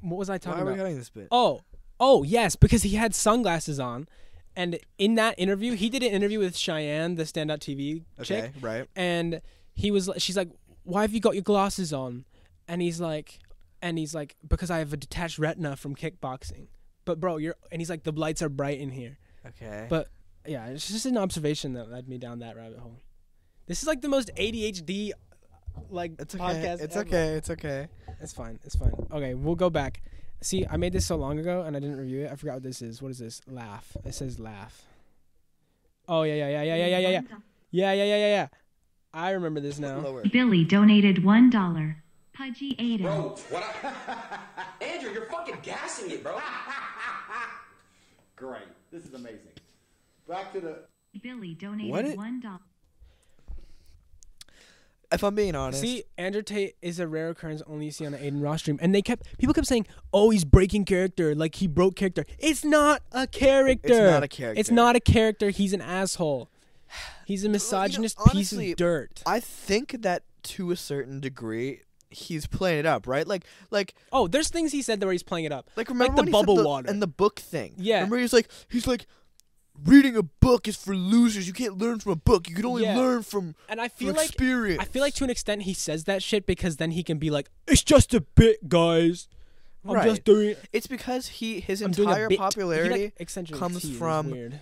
Speaker 2: What was I
Speaker 3: Why
Speaker 2: talking
Speaker 3: are we
Speaker 2: about?
Speaker 3: cutting this bit?
Speaker 2: Oh, oh yes, because he had sunglasses on, and in that interview, he did an interview with Cheyenne, the standout TV chick,
Speaker 3: okay. Right.
Speaker 2: and he was. li- She's like, "Why have you got your glasses on?" And he's like, "And he's like, because I have a detached retina from kickboxing." But bro, you're. And he's like, "The lights are bright in here."
Speaker 3: Okay.
Speaker 2: But yeah, it's just an observation that led me down that rabbit hole. This is like the most ADHD, like
Speaker 3: it's okay.
Speaker 2: podcast.
Speaker 3: it's
Speaker 2: ever.
Speaker 3: okay. It's okay.
Speaker 2: It's fine. It's fine. Okay, we'll go back. See, I made this so long ago and I didn't review it. I forgot what this is. What is this? Laugh. It says laugh. Oh yeah yeah yeah yeah yeah yeah yeah yeah yeah yeah yeah yeah yeah. I remember this now.
Speaker 3: Lower.
Speaker 8: Billy donated one dollar. Pudgy ate it.
Speaker 9: Bro, what? I, Andrew, you're fucking gassing it, bro.
Speaker 10: Great. This is amazing. Back to the
Speaker 8: Billy donated
Speaker 3: What it-
Speaker 8: one dollar.
Speaker 3: if I'm being honest.
Speaker 2: See, Andrew Tate is a rare occurrence only you see on the Aiden Ross stream, and they kept people kept saying, "Oh, he's breaking character, like he broke character." It's not a character.
Speaker 3: not a character.
Speaker 2: It's not a character. He's an asshole. He's a misogynist piece
Speaker 3: honestly,
Speaker 2: of dirt.
Speaker 3: I think that to a certain degree, he's playing it up, right? Like, like,
Speaker 2: Oh, there's things he said where he's playing it up,
Speaker 3: like. Remember
Speaker 2: the
Speaker 3: when he said
Speaker 2: bubble
Speaker 3: the-
Speaker 2: water.
Speaker 3: and the book thing?
Speaker 2: Yeah.
Speaker 3: Remember he's like, he's like, reading a book is for losers. You can't learn from a book. You can only
Speaker 2: Yeah.
Speaker 3: learn from
Speaker 2: and I
Speaker 3: from
Speaker 2: feel like
Speaker 3: experience.
Speaker 2: I feel like to an extent he says that shit because then he can be like, "It's just a bit, guys. I'm
Speaker 3: Right.
Speaker 2: just doing."
Speaker 3: it's because he his
Speaker 2: I'm doing a
Speaker 3: entire
Speaker 2: bit. He, like,
Speaker 3: popularity
Speaker 2: accentuates
Speaker 3: comes
Speaker 2: he, it's
Speaker 3: from
Speaker 2: weird.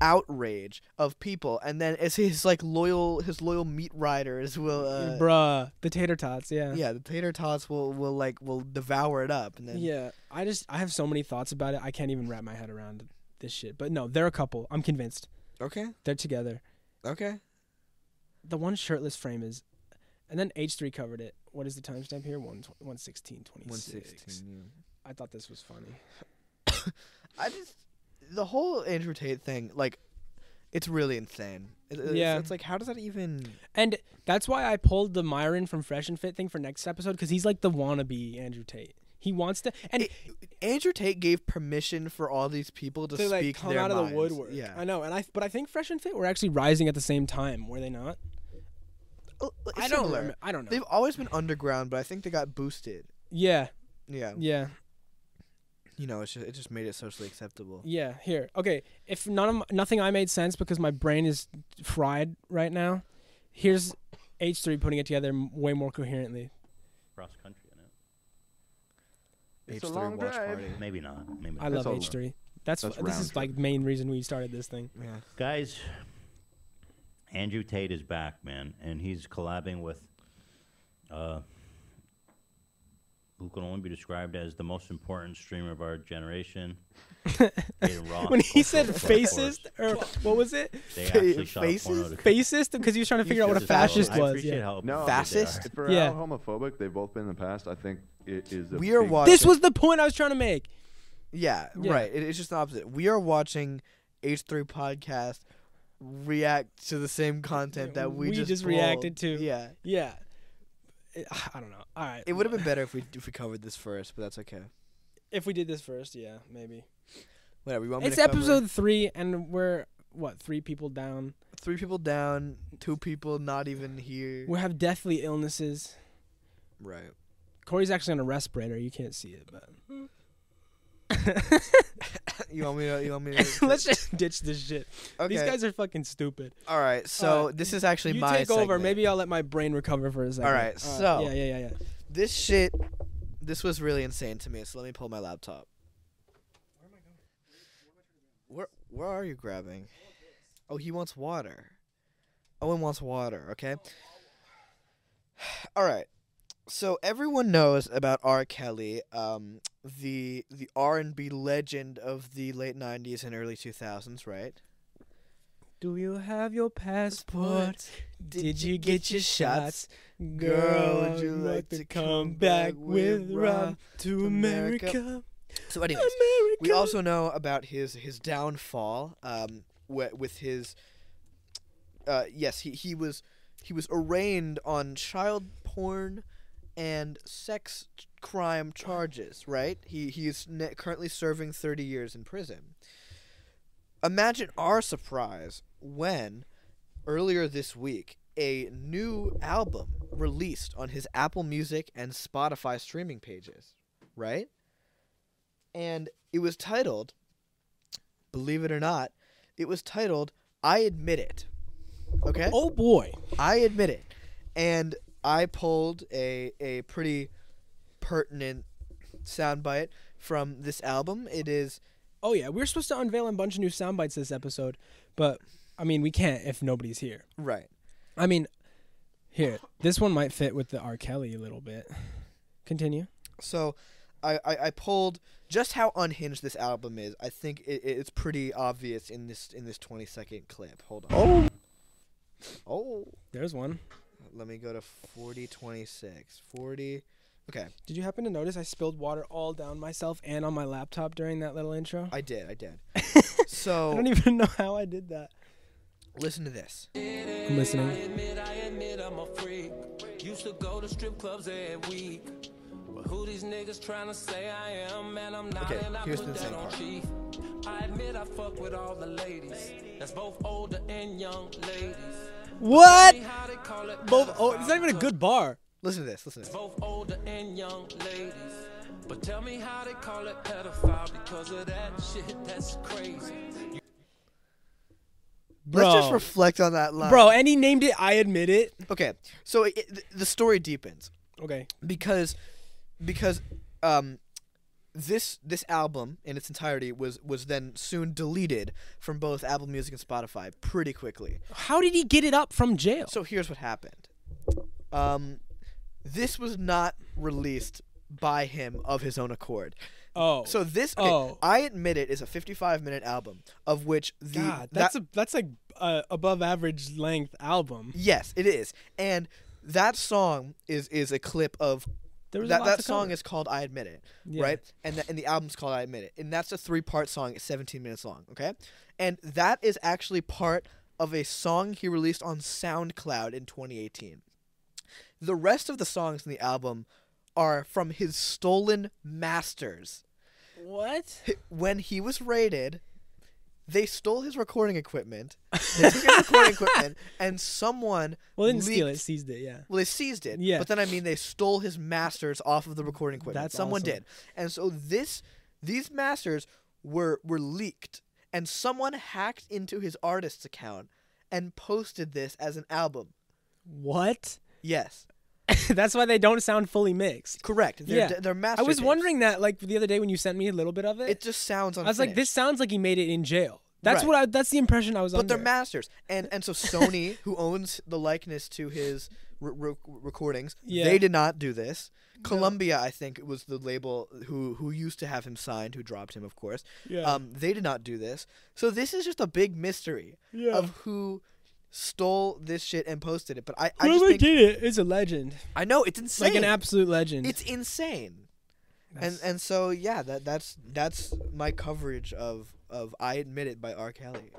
Speaker 3: outrage of people, and then it's his like loyal his loyal meat riders will. Uh,
Speaker 2: bruh the tater tots. Yeah.
Speaker 3: yeah, the tater tots will, will like will devour it up, and then
Speaker 2: Yeah, I just I have so many thoughts about it. I can't even wrap my head around this shit. But no, they're a couple. I'm convinced
Speaker 3: okay,
Speaker 2: they're together.
Speaker 3: okay,
Speaker 2: The one shirtless frame is, and then H three covered it. What is the timestamp here? One one sixteen twenty
Speaker 3: one
Speaker 2: six.
Speaker 3: sixteen.
Speaker 2: I thought this was funny.
Speaker 3: I just the whole Andrew Tate thing, like, it's really insane. It- it's-
Speaker 2: Yeah.
Speaker 3: it's like how does that even?
Speaker 2: And that's why I pulled the Myron from Fresh and Fit thing for next episode because he's like the wannabe Andrew Tate. He wants to, and
Speaker 3: It- Andrew Tate gave permission for all these people to
Speaker 2: they like
Speaker 3: speak
Speaker 2: come
Speaker 3: their
Speaker 2: out of
Speaker 3: minds.
Speaker 2: the woodwork.
Speaker 3: Yeah,
Speaker 2: I know. And I but I think Fresh and Fit were actually rising at the same time, were they not?
Speaker 3: L- l-
Speaker 2: I don't.
Speaker 3: similar.
Speaker 2: remem- I don't know.
Speaker 3: They've always been underground, but I think they got boosted.
Speaker 2: yeah,
Speaker 3: Yeah,
Speaker 2: yeah.
Speaker 3: you know, it's just, it just made it socially acceptable.
Speaker 2: Yeah, here. Okay, if none of nothing I made sense because my brain is fried right now. Here's H3 putting it together m- way more coherently.
Speaker 11: Cross country, I know.
Speaker 3: H three watch party.
Speaker 11: Maybe not. Maybe not.
Speaker 2: I love
Speaker 10: all-
Speaker 2: H3. That's,
Speaker 10: that's
Speaker 2: this
Speaker 10: round
Speaker 2: is like main reason we started this thing.
Speaker 3: Yeah,
Speaker 11: Guys, Andrew Tate is back, man, and he's collabing with uh, who can only be described as the most important streamer of our generation. David Roth,
Speaker 2: When he
Speaker 11: also
Speaker 2: said
Speaker 11: a porn
Speaker 2: fascist
Speaker 11: artist.
Speaker 2: or what was it?
Speaker 11: they
Speaker 3: fa-
Speaker 11: actually shot a porno
Speaker 3: fascist?
Speaker 11: to-
Speaker 2: Fascist because he was trying to figure out what a
Speaker 11: Just how-
Speaker 2: fascist
Speaker 11: I
Speaker 2: was.
Speaker 11: appreciate
Speaker 2: Yeah.
Speaker 11: how
Speaker 12: No,
Speaker 3: Fascist?
Speaker 12: For
Speaker 2: Yeah.
Speaker 12: how homophobic they've both been in the past, I think it is. A
Speaker 3: We are
Speaker 12: big-
Speaker 3: watching.
Speaker 2: This was the point I was trying to make.
Speaker 3: Yeah,
Speaker 2: Yeah.
Speaker 3: right. It, it's just the opposite. We are watching H3 podcast react to the same content that we,
Speaker 2: We
Speaker 3: just
Speaker 2: just
Speaker 3: pulled.
Speaker 2: reacted to.
Speaker 3: Yeah,
Speaker 2: Yeah. It- (sighs) I don't know. All right.
Speaker 3: it would have been better if we if we covered this first, but that's okay.
Speaker 2: if we did this first. Yeah, maybe.
Speaker 3: Whatever. You want me
Speaker 2: It's
Speaker 3: to cover
Speaker 2: episode three, and we're what three people down.
Speaker 3: three people down, two people not even here.
Speaker 2: We have deathly illnesses.
Speaker 3: Right.
Speaker 2: Corey's actually on a respirator. You can't see it,
Speaker 3: (laughs)
Speaker 2: but
Speaker 3: You want me to? You want (laughs) me to?
Speaker 2: let's just ditch this shit.
Speaker 3: Okay.
Speaker 2: These guys are fucking stupid.
Speaker 3: All right. So
Speaker 2: Uh,
Speaker 3: this is actually
Speaker 2: you
Speaker 3: my.
Speaker 2: take over.
Speaker 3: segment.
Speaker 2: Maybe I'll let my brain recover for a second.
Speaker 3: right,
Speaker 2: Uh,
Speaker 3: so-
Speaker 2: yeah, yeah, yeah, yeah.
Speaker 3: this shit. This was really insane to me. So let me pull my laptop. Where where are you grabbing? Oh, he wants water. Owen wants water. Okay. (sighs) All right. So everyone knows about R. Kelly, um, the the R and B legend of the late '90s and early 2000s, right?
Speaker 2: Do you have your passport? Did you get your shots?
Speaker 3: Girl, would you like to come back with Rob
Speaker 2: to
Speaker 3: America?
Speaker 2: America?
Speaker 3: So, anyways,
Speaker 2: America.
Speaker 3: we also know about his his downfall. Um, wh- with his, uh, yes, he he was he was arraigned on child porn and sex ch- crime charges. Right? He he is ne- currently serving thirty years in prison. Imagine our surprise when earlier this week a new album released on his Apple Music and Spotify streaming pages, right? And it was titled, believe it or not, it was titled I Admit It. Okay?
Speaker 2: Oh boy.
Speaker 3: I admit it. And I pulled a a pretty pertinent soundbite from this album. It is
Speaker 2: Oh yeah, we were supposed to unveil a bunch of new sound bites this episode, but I mean we can't if nobody's here.
Speaker 3: right.
Speaker 2: I mean, here this one might fit with the R. Kelly a little bit. Continue.
Speaker 3: So I, I, I pulled just how unhinged this album is. I think it, it- it's pretty obvious in this in this 20 second clip. Hold on. Oh. Oh.
Speaker 2: There's one.
Speaker 3: Let me go to 4026. 40. Okay.
Speaker 2: Did you happen to notice I spilled water all down myself and on my (laughs) laptop during that little intro?
Speaker 3: I did. I did.
Speaker 2: I (laughs)
Speaker 3: So
Speaker 2: don't even know how I did that.
Speaker 3: Listen to this.
Speaker 2: I'm listening.
Speaker 13: Used to go to strip clubs every week. But who these niggas trying to say I am, and I'm not,
Speaker 3: Okay,
Speaker 13: and I
Speaker 3: here's
Speaker 13: put
Speaker 3: the
Speaker 13: that
Speaker 3: same
Speaker 13: on
Speaker 3: part.
Speaker 13: chief. I admit I fuck with all the ladies. That's both older and young ladies.
Speaker 2: What? Both. Oh, it's not even a good bar.
Speaker 3: Listen to this. Listen to this.
Speaker 13: Both older and young ladies. But tell me how they call it pedophile because of that shit. That's crazy.
Speaker 3: Let's just
Speaker 2: Bro.
Speaker 3: reflect on that line.
Speaker 2: Bro, and he named it. I admit it.
Speaker 3: Okay, so it, th- the story deepens.
Speaker 2: Okay.
Speaker 3: Because, because, um, this this album in its entirety was was then soon deleted from both Apple Music and Spotify pretty quickly.
Speaker 2: How did he get it up from jail?
Speaker 3: So here's what happened. Um, this was not released by him of his own accord.
Speaker 2: Oh.
Speaker 3: So this, okay,
Speaker 2: Oh.
Speaker 3: I admit it, is a 55 minute album of which the
Speaker 2: God,
Speaker 3: that-
Speaker 2: that's a that's like uh, above average length album.
Speaker 3: Yes, it is. And that song is is a clip of
Speaker 2: was
Speaker 3: that
Speaker 2: lots
Speaker 3: that
Speaker 2: of
Speaker 3: song
Speaker 2: covers.
Speaker 3: is called I Admit It,
Speaker 2: Yeah.
Speaker 3: right? And the, and the album's called I Admit It. And that's a three-part song, it's 17 minutes long, okay? And that is actually part of a song he released on SoundCloud in 2018. The rest of the songs in the album are from his stolen masters.
Speaker 2: What?
Speaker 3: When he was raided, they stole his recording equipment. They took his
Speaker 2: (laughs)
Speaker 3: recording equipment, and someone
Speaker 2: Well, they didn't steal it,
Speaker 3: leaked-
Speaker 2: seized it. Yeah.
Speaker 3: Well, they seized it.
Speaker 2: Yeah.
Speaker 3: But then I mean, they stole his masters off of the recording equipment.
Speaker 2: That's
Speaker 3: someone
Speaker 2: awesome.
Speaker 3: did, and so this these masters were were leaked, and someone hacked into his artist's account and posted this as an album.
Speaker 2: What? (laughs)
Speaker 3: Yes.
Speaker 2: that's why they don't sound fully mixed.
Speaker 3: Correct. They're- they're master
Speaker 2: I was
Speaker 3: tapes.
Speaker 2: wondering that like the other day when you sent me a little bit of it.
Speaker 3: It just sounds.
Speaker 2: I was like, this
Speaker 3: unfinished.
Speaker 2: sounds like he made it in jail. That's
Speaker 3: Right.
Speaker 2: what I. That's the impression I was
Speaker 3: But
Speaker 2: under.
Speaker 3: they're masters, and and
Speaker 2: (laughs)
Speaker 3: so Sony, who owns the likeness to his re- re- recordings,
Speaker 2: Yeah.
Speaker 3: they did not do this. Columbia, I think, was the label who who used to have him signed, who dropped him, of course.
Speaker 2: Yeah.
Speaker 3: Um, they did not do this, so this is just a big mystery
Speaker 2: Yeah.
Speaker 3: of who stole this shit and posted it. But I, I just
Speaker 2: Whoever
Speaker 3: think,
Speaker 2: did it is a legend.
Speaker 3: I know it's insane,
Speaker 2: Like an absolute legend.
Speaker 3: It's insane. And
Speaker 2: That's-
Speaker 3: and so yeah, that that's that's my coverage of of I admit it by R. Kelly,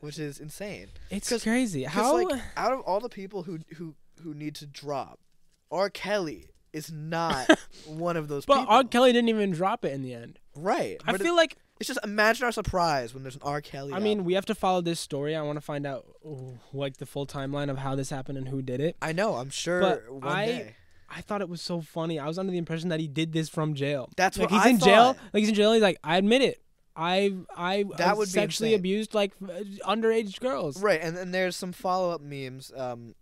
Speaker 3: which is insane.
Speaker 2: It's crazy.
Speaker 3: 'Cause,
Speaker 2: How?
Speaker 3: like, out of all the people who who who need to drop, R. Kelly
Speaker 2: (laughs)
Speaker 3: is not one of those
Speaker 2: but
Speaker 3: people.
Speaker 2: R. Kelly didn't even drop it in the end.
Speaker 3: right.
Speaker 2: I
Speaker 3: but it-
Speaker 2: feel like
Speaker 3: it's just imagine our surprise when there's an R. Kelly.
Speaker 2: I mean, we have to follow this story. I want to find out ooh, like the full timeline of how this happened and who did it.
Speaker 3: I know. I'm sure
Speaker 2: But
Speaker 3: one
Speaker 2: I,
Speaker 3: day.
Speaker 2: I thought it was so funny. I was under the impression that he did this from jail.
Speaker 3: That's
Speaker 2: like
Speaker 3: what
Speaker 2: he's
Speaker 3: I
Speaker 2: in jail.
Speaker 3: thought.
Speaker 2: Like he's in jail. He's like, I admit it. I I
Speaker 3: That
Speaker 2: I
Speaker 3: would be
Speaker 2: sexually
Speaker 3: insane.
Speaker 2: abused like uh, underage girls.
Speaker 3: Right, and and there's some follow up memes um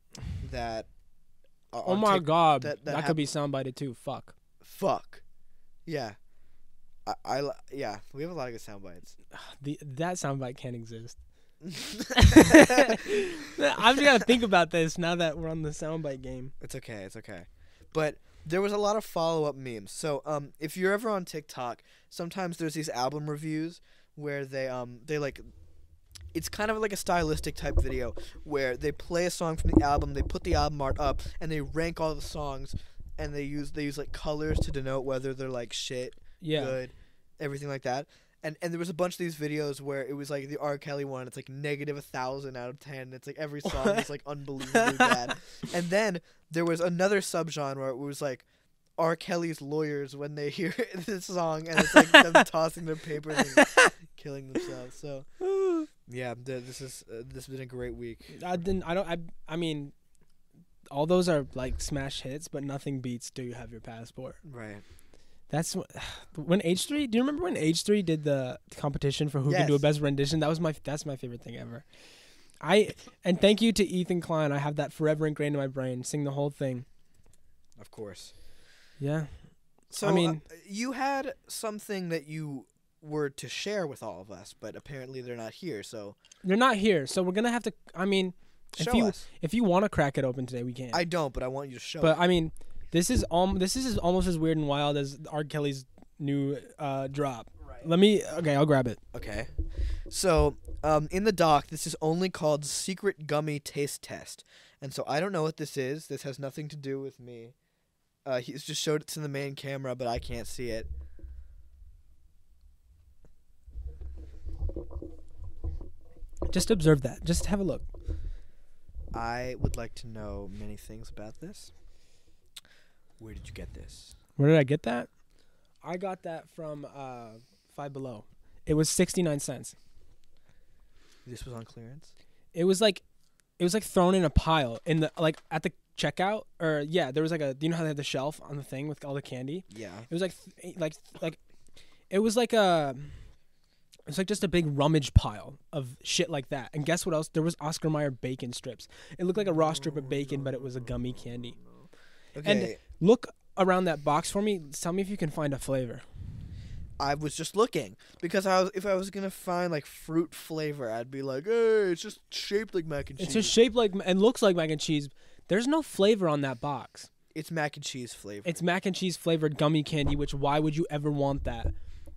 Speaker 3: that. are
Speaker 2: Oh
Speaker 3: on
Speaker 2: my
Speaker 3: Tik-
Speaker 2: god,
Speaker 3: that,
Speaker 2: that,
Speaker 3: that
Speaker 2: could
Speaker 3: hap-
Speaker 2: be soundbite too. Fuck.
Speaker 3: fuck. Yeah, I, I li- yeah we have a lot of good sound bites.
Speaker 2: The, that soundbite can't exist.
Speaker 3: (laughs)
Speaker 2: (laughs) I've got to think about this now that we're on the soundbite game.
Speaker 3: It's okay. It's okay. But there was a lot of follow up memes. So um, if you're ever on TikTok, sometimes there's these album reviews where they um they like. It's kind of like a stylistic type video where they play a song from the album, they put the album art up, and they rank all the songs, and they use they use like colors to denote whether they're like shit,
Speaker 2: Yeah.
Speaker 3: good, everything like that. And and there was a bunch of these videos where it was like the R. Kelly one, it's like negative a thousand out of ten. It's like every song is like unbelievably bad. And then there was another subgenre where it was like R. Kelly's lawyers when they hear (laughs) this song and it's like them tossing their papers and killing themselves. So yeah, th- this is uh, this has been a great week.
Speaker 2: I didn't. I don't. I. I mean, all those are like smash hits, but nothing beats "Do You Have Your Passport."
Speaker 3: Right.
Speaker 2: That's wh- (sighs) when H three. Do you remember when H three did the competition for who can do a
Speaker 3: Yes.
Speaker 2: best rendition? That was my. That's my favorite thing ever. I and thank you to Ethan Klein. I have that forever ingrained in my brain. Sing the whole thing.
Speaker 3: Of course.
Speaker 2: Yeah.
Speaker 3: So
Speaker 2: I
Speaker 3: uh,
Speaker 2: mean,
Speaker 3: you had something that you were to share with all of us, but apparently they're not here. So
Speaker 2: they're not here, so we're gonna have to. I mean,
Speaker 3: Show
Speaker 2: if you
Speaker 3: us.
Speaker 2: if you want to crack it open today, we can.
Speaker 3: I don't, but I want you to show.
Speaker 2: But
Speaker 3: it.
Speaker 2: I mean, this is um, this is as- almost as weird and wild as R. Kelly's new uh, drop. Let me. Okay, I'll grab it.
Speaker 3: Okay. So, um, in the doc, this is only called Secret Gummy Taste Test. And so I don't know what this is. This has nothing to do with me. Uh, he's just showed it to the main camera, but I can't see it.
Speaker 2: Just observe that. Just have a look.
Speaker 3: I would like to know many things about this. Where did you get this?
Speaker 2: Where did I get that? I got that from uh, Five Below. It was sixty nine cents.
Speaker 3: This was on clearance.
Speaker 2: It was like, it was like thrown in a pile in the like at the checkout or yeah, there was like a you know how they have the shelf on the thing with all the candy.
Speaker 3: Yeah.
Speaker 2: It was like th- eh, like like, it was like a. It's like just a big rummage pile of shit like that. And guess what else? There was Oscar Mayer bacon strips. It looked like a raw strip of bacon, but it was a gummy candy. And
Speaker 3: Okay.
Speaker 2: look around that box for me. Tell me if you can find a flavor.
Speaker 3: I was just looking because I was if I was gonna find like fruit flavor, I'd be like, hey, it's just shaped like mac and cheese.
Speaker 2: It's just shaped like and looks like mac and cheese. There's no flavor on that box.
Speaker 3: It's mac and cheese flavor.
Speaker 2: It's mac and cheese flavored gummy candy, which why would you ever want that?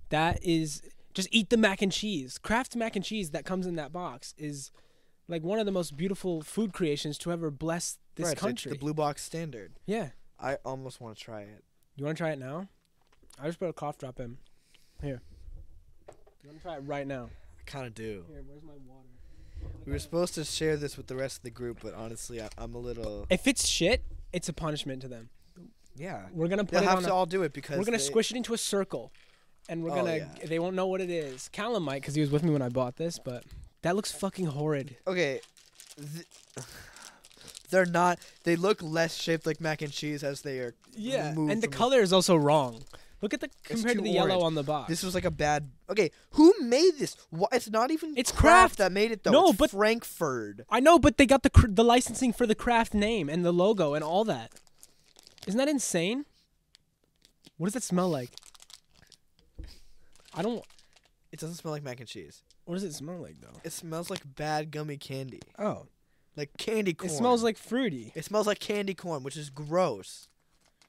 Speaker 2: That is just eat the mac and cheese. Kraft mac and cheese that comes in that box is like one of the most beautiful food creations to ever bless this
Speaker 3: Right, it's
Speaker 2: country.
Speaker 3: the blue box standard.
Speaker 2: Yeah.
Speaker 3: I almost want to try it.
Speaker 2: You want to try it now? I just put a cough drop in. Here. You want to try it right now?
Speaker 3: I kind of do.
Speaker 2: Here, where's my water?
Speaker 3: We were supposed to share this with the rest of the group, but honestly, I, I'm a little.
Speaker 2: If it's shit, it's a punishment to them.
Speaker 3: Yeah.
Speaker 2: We're gonna put
Speaker 3: They'll
Speaker 2: it
Speaker 3: have
Speaker 2: on
Speaker 3: to
Speaker 2: a-
Speaker 3: all do it because
Speaker 2: we're gonna
Speaker 3: they-
Speaker 2: squish it into a circle, and we're
Speaker 3: Oh,
Speaker 2: gonna
Speaker 3: yeah.
Speaker 2: they won't know what it is. Callum might because he was with me when I bought this, but that looks fucking horrid.
Speaker 3: Okay. Th- (sighs) they're not. They look less shaped like mac and cheese as they are.
Speaker 2: Yeah,
Speaker 3: removed
Speaker 2: and the
Speaker 3: from
Speaker 2: color is also wrong. Look at the compared to
Speaker 3: too
Speaker 2: the yellow
Speaker 3: orange.
Speaker 2: on the box.
Speaker 3: This was like a bad. Okay, who made this? Why, it's not even.
Speaker 2: It's
Speaker 3: Kraft
Speaker 2: Kraft.
Speaker 3: that made it though.
Speaker 2: No,
Speaker 3: It's
Speaker 2: but-
Speaker 3: Frankfurt.
Speaker 2: I know, but they got the cr- the licensing for the craft name and the logo and all that. Isn't that insane? What does that smell like? I don't.
Speaker 3: It doesn't smell like mac and cheese.
Speaker 2: What does it smell like though?
Speaker 3: It smells like bad gummy candy.
Speaker 2: Oh.
Speaker 3: Like candy corn.
Speaker 2: It smells like fruity.
Speaker 3: It smells like candy corn, which is gross.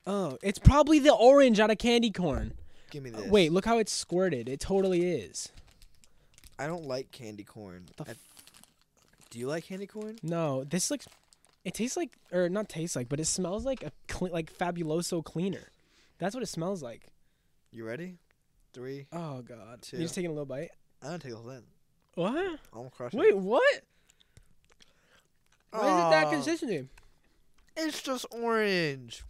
Speaker 2: Oh, it's probably the orange out of candy corn.
Speaker 3: Give me
Speaker 2: Uh,
Speaker 3: this.
Speaker 2: Wait, look how it's squirted. It totally is.
Speaker 3: I don't like candy corn. I- do you like candy corn?
Speaker 2: No, this looks. It tastes like, or not tastes like, but it smells like a clean, like Fabuloso cleaner. That's what it smells like.
Speaker 3: You ready? Three.
Speaker 2: Oh god.
Speaker 3: Two.
Speaker 2: You're just taking a little bite.
Speaker 3: I don't take a whole thing.
Speaker 2: What?
Speaker 3: I'm gonna crush
Speaker 2: Wait,
Speaker 3: it.
Speaker 2: what? Why is it that
Speaker 3: Aw.
Speaker 2: consistency?
Speaker 3: It's just orange.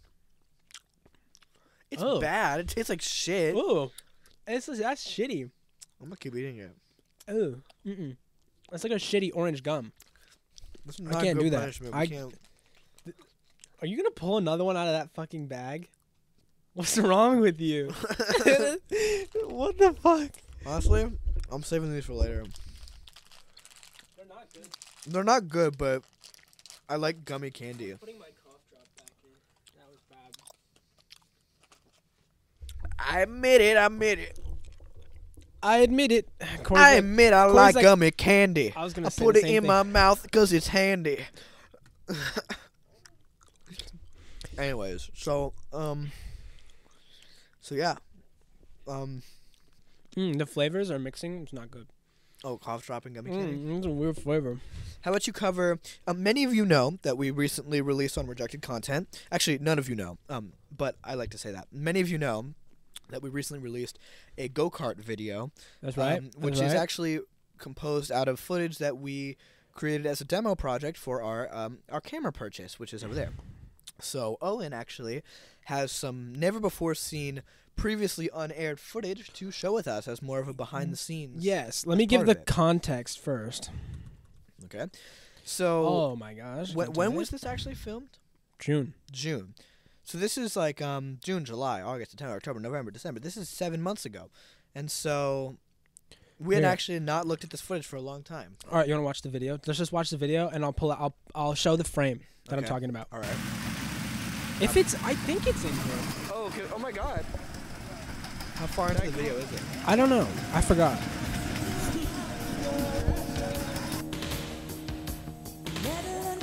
Speaker 3: It's
Speaker 2: Oh.
Speaker 3: bad. It tastes like shit.
Speaker 2: Ooh, it's that's shitty.
Speaker 3: I'm gonna keep eating it.
Speaker 2: Ooh, mm-mm. That's like a shitty orange gum.
Speaker 3: This
Speaker 2: I
Speaker 3: is not
Speaker 2: can't
Speaker 3: good
Speaker 2: do that.
Speaker 3: punishment. We
Speaker 2: I-
Speaker 3: can't-
Speaker 2: Are you gonna pull another one out of that fucking bag? What's (laughs) wrong with you? (laughs)
Speaker 3: (laughs)
Speaker 2: what the fuck?
Speaker 3: Honestly, I'm saving these for later. They're not good, but I like gummy candy.
Speaker 2: Putting my cough drop back in. That was bad.
Speaker 3: I admit it. I admit it.
Speaker 2: I admit it. (sighs) Corey's
Speaker 3: I
Speaker 2: like-
Speaker 3: admit I
Speaker 2: Corey's
Speaker 3: like, gummy candy.
Speaker 2: I was gonna say
Speaker 3: put
Speaker 2: the
Speaker 3: it
Speaker 2: same
Speaker 3: in
Speaker 2: thing.
Speaker 3: my mouth because it's handy. (laughs) Anyways, so um, so yeah, um,
Speaker 2: Mm, the flavors are mixing. It's not good.
Speaker 3: oh, cough dropping gummy candy.
Speaker 2: Mm, it's a weird flavor.
Speaker 3: How about you cover? Um, many of you know that we recently released on rejected content. Actually, none of you know, um, but I like to say that. Many of you know that we recently released a go kart video.
Speaker 2: That's right.
Speaker 3: um,
Speaker 2: That's
Speaker 3: which is
Speaker 2: right.
Speaker 3: actually composed out of footage that we created as a demo project for our um, our camera purchase, which is over there. So Owen actually has some never before seen, previously unaired footage to show with us as more of a
Speaker 2: Mm-hmm.
Speaker 3: behind the scenes.
Speaker 2: Yes. Let me
Speaker 3: as
Speaker 2: give
Speaker 3: part of
Speaker 2: the
Speaker 3: it. Oh,
Speaker 2: context first.
Speaker 3: Okay. So.
Speaker 2: Oh my gosh,
Speaker 3: When,
Speaker 2: don't do
Speaker 3: when
Speaker 2: that.
Speaker 3: was this actually filmed?
Speaker 2: June.
Speaker 3: June. So this is like um, June, July, August, September, October, November, December. This is seven months ago, and so we had
Speaker 2: Here.
Speaker 3: actually not looked at this footage for a long time.
Speaker 2: All right, you want to watch the video? Let's just watch the video, and I'll pull. Out, I'll I'll show the frame that I'm
Speaker 3: Okay.
Speaker 2: talking about.
Speaker 3: All right.
Speaker 2: If it's, I think it's in here.
Speaker 3: Oh, okay. oh my God! How far into the video is it?
Speaker 2: I don't know. I forgot.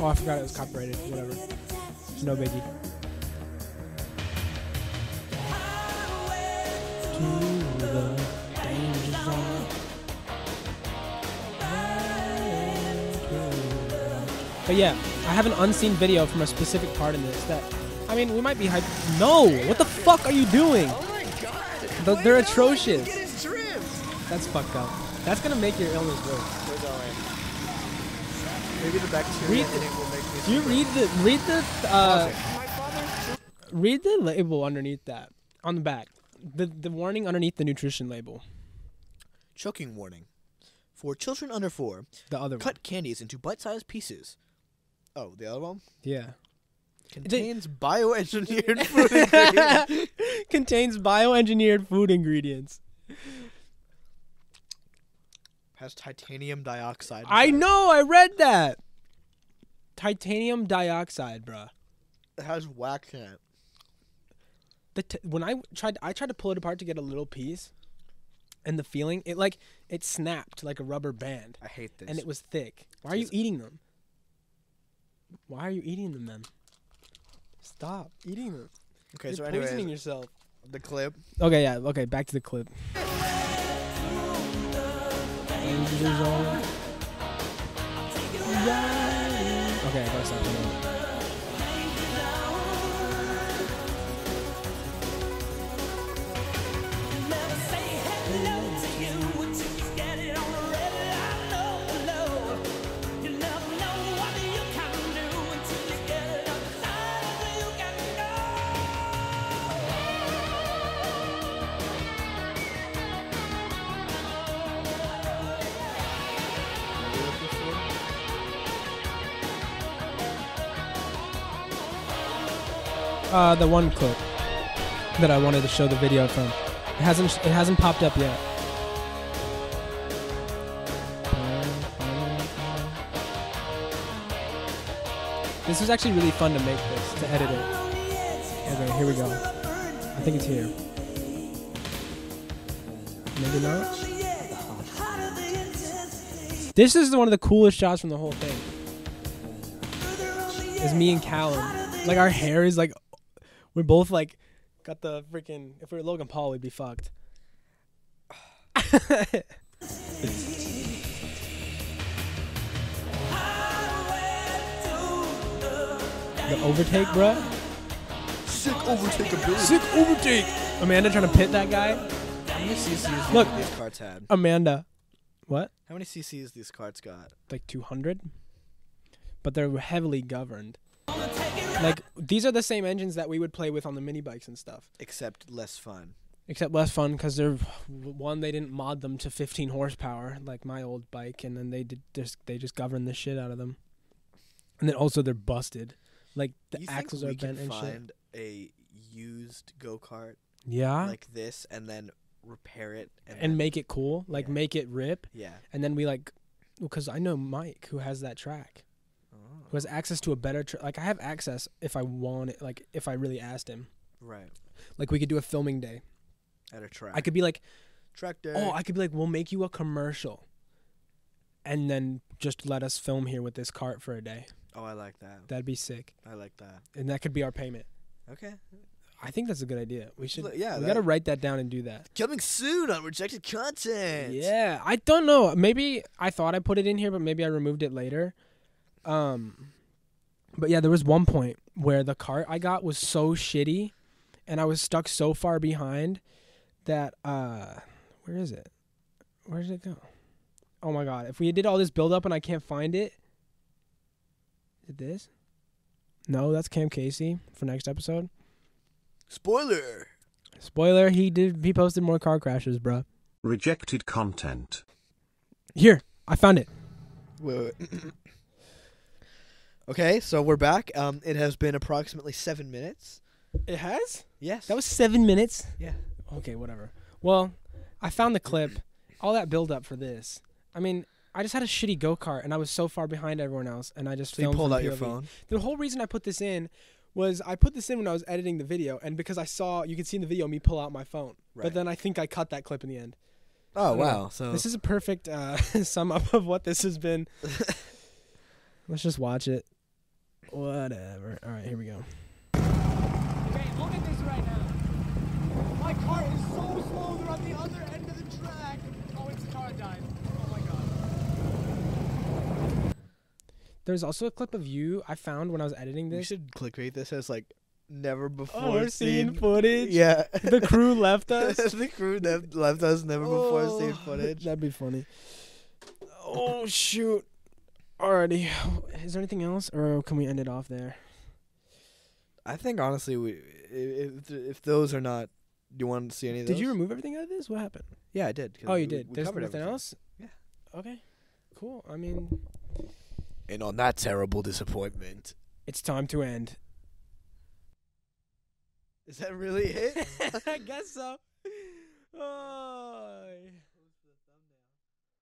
Speaker 2: Oh, I forgot it was copyrighted. Whatever. No biggie. But yeah, I have an unseen video from a specific part in this that, I mean, we might be hyped. No! What the fuck are you doing? Th- they're atrocious. That's fucked up. That's gonna make your illness worse.
Speaker 3: Maybe the bacteria
Speaker 2: Read
Speaker 3: in it will make me.
Speaker 2: Do you
Speaker 3: sicker.
Speaker 2: read the read the uh, read the label underneath that on the back? The the warning underneath the nutrition label.
Speaker 3: Choking warning. For children under four,
Speaker 2: the other
Speaker 3: cut candies into bite-sized pieces. Oh, the other one
Speaker 2: Yeah. (laughs)
Speaker 3: contains bioengineered food ingredients.
Speaker 2: Contains bioengineered food ingredients.
Speaker 3: Has titanium dioxide.
Speaker 2: I know, I read that. Titanium dioxide, bruh.
Speaker 3: It has wax in it.
Speaker 2: The t- when I tried, I tried to pull it apart to get a little piece, and the feeling it like it snapped like a rubber band.
Speaker 3: I hate this.
Speaker 2: And it was thick. Why are you eating them? Why are you eating them then? Stop eating them.
Speaker 3: Okay,
Speaker 2: You're
Speaker 3: so
Speaker 2: poisoning
Speaker 3: anyways,
Speaker 2: yourself.
Speaker 3: The clip.
Speaker 2: Okay, yeah. Okay, back to the clip. Okay, I gotta stop doing that. Uh, the one clip that I wanted to show the video from. It hasn't. It hasn't popped up yet. This was actually really fun to make this to edit it. Okay, here we go. I think it's here. Maybe not. This is one of the coolest shots from the whole thing. Is me and Callum. Like our hair is like, we're both like, got the freaking. If we were Logan Paul, we'd be fucked. (laughs) The overtake, bruh.
Speaker 3: Sick overtake ability.
Speaker 2: Sick overtake. Amanda trying to pit that guy.
Speaker 3: How many CCs
Speaker 2: Look,
Speaker 3: do these cards had?
Speaker 2: Amanda. What?
Speaker 3: How many CCs these cards got?
Speaker 2: Like 200? But they're heavily governed. Like these are the same engines that we would play with on the mini bikes and stuff,
Speaker 3: Except less fun.
Speaker 2: except less fun because they're one they didn't mod them to 15 horsepower like my old bike, and then they did just they just governed the shit out of them. And then also they're busted, like the
Speaker 3: you
Speaker 2: axles
Speaker 3: think
Speaker 2: are
Speaker 3: we
Speaker 2: bent
Speaker 3: can
Speaker 2: and shit.
Speaker 3: find a used go kart.
Speaker 2: Yeah.
Speaker 3: Like this, and then repair it and,
Speaker 2: and
Speaker 3: then-
Speaker 2: make it cool, like make it rip.
Speaker 3: Yeah.
Speaker 2: And then we like, because I know Mike who has that track, who
Speaker 3: Oh.
Speaker 2: has access to a better track. Like I have access if I want it. Like if I really asked him.
Speaker 3: Right.
Speaker 2: Like we could do a filming day.
Speaker 3: At a track.
Speaker 2: I could be like,
Speaker 3: Track day.
Speaker 2: oh, I could be like, we'll make you a commercial, and then just let us film here with this cart for a day.
Speaker 3: Oh, I like that.
Speaker 2: That'd be sick,
Speaker 3: I like that.
Speaker 2: and that could be our payment.
Speaker 3: Okay.
Speaker 2: I think that's a good idea. We should.
Speaker 3: Look, yeah,
Speaker 2: we
Speaker 3: that-
Speaker 2: gotta write that down and do that.
Speaker 3: Coming soon on rejected content.
Speaker 2: Yeah, I don't know. Maybe I thought I put it in here, but maybe I removed it later. Um, but yeah, there was one point where the cart I got was so shitty, and I was stuck so far behind that uh, where is it? Where did it go? Oh my god! If we did all this build up and I can't find it, did this? No, that's Cam Casey for next episode.
Speaker 3: Spoiler.
Speaker 2: Spoiler: He did. He posted more car crashes, bruh.
Speaker 1: Rejected content.
Speaker 2: Here, I found it.
Speaker 3: Wait, wait. (clears throat) okay, so we're back. Um, it has been approximately seven minutes.
Speaker 2: It has?
Speaker 3: Yes.
Speaker 2: That was seven minutes?
Speaker 3: Yeah.
Speaker 2: Okay, whatever. Well, I found the clip. All that build up for this. I mean, I just had a shitty go kart and I was so far behind everyone else and I just
Speaker 3: So you
Speaker 2: filmed
Speaker 3: pulled
Speaker 2: from
Speaker 3: out your
Speaker 2: POV.
Speaker 3: phone?
Speaker 2: The whole reason I put this in was I put this in when I was editing the video and because I saw you could see in the video me pull out my phone. But
Speaker 3: Right.
Speaker 2: then I think I cut that clip in the end.
Speaker 3: Oh,
Speaker 2: I don't
Speaker 3: wow,
Speaker 2: know.
Speaker 3: so-
Speaker 2: this is a perfect uh, (laughs) sum up of what this has
Speaker 3: (laughs)
Speaker 2: been. Let's just watch it. Whatever. All right, here we go.
Speaker 14: Look at this right now. My car is so slow. They're on the other end of the track. Oh, it's car died. Oh my god.
Speaker 2: There's also a clip of you I found when I was editing
Speaker 3: We
Speaker 2: this.
Speaker 3: should clickbait this as like never before
Speaker 2: Oh, we're
Speaker 3: seen
Speaker 2: seeing footage.
Speaker 3: Yeah.
Speaker 2: (laughs) the crew left us.
Speaker 3: (laughs) the crew ne-
Speaker 2: (laughs)
Speaker 3: left us never before seen
Speaker 2: Oh,
Speaker 3: footage.
Speaker 2: That'd be funny. Oh shoot. Alrighty, is there anything else, or can we end it off there?
Speaker 3: I think honestly, we i- if if those are not, do you want to see any of
Speaker 2: Did
Speaker 3: those?
Speaker 2: you remove everything out of this? What happened?
Speaker 3: Yeah, I did. 'cause
Speaker 2: Oh, you
Speaker 3: we-
Speaker 2: did.
Speaker 3: We
Speaker 2: There's
Speaker 3: covered
Speaker 2: nothing
Speaker 3: everything.
Speaker 2: else. Yeah. Okay. Cool. I mean,
Speaker 3: And on that terrible disappointment,
Speaker 2: it's time to end.
Speaker 3: is that really it?
Speaker 2: (laughs)
Speaker 3: (laughs)
Speaker 2: I guess so. Oh.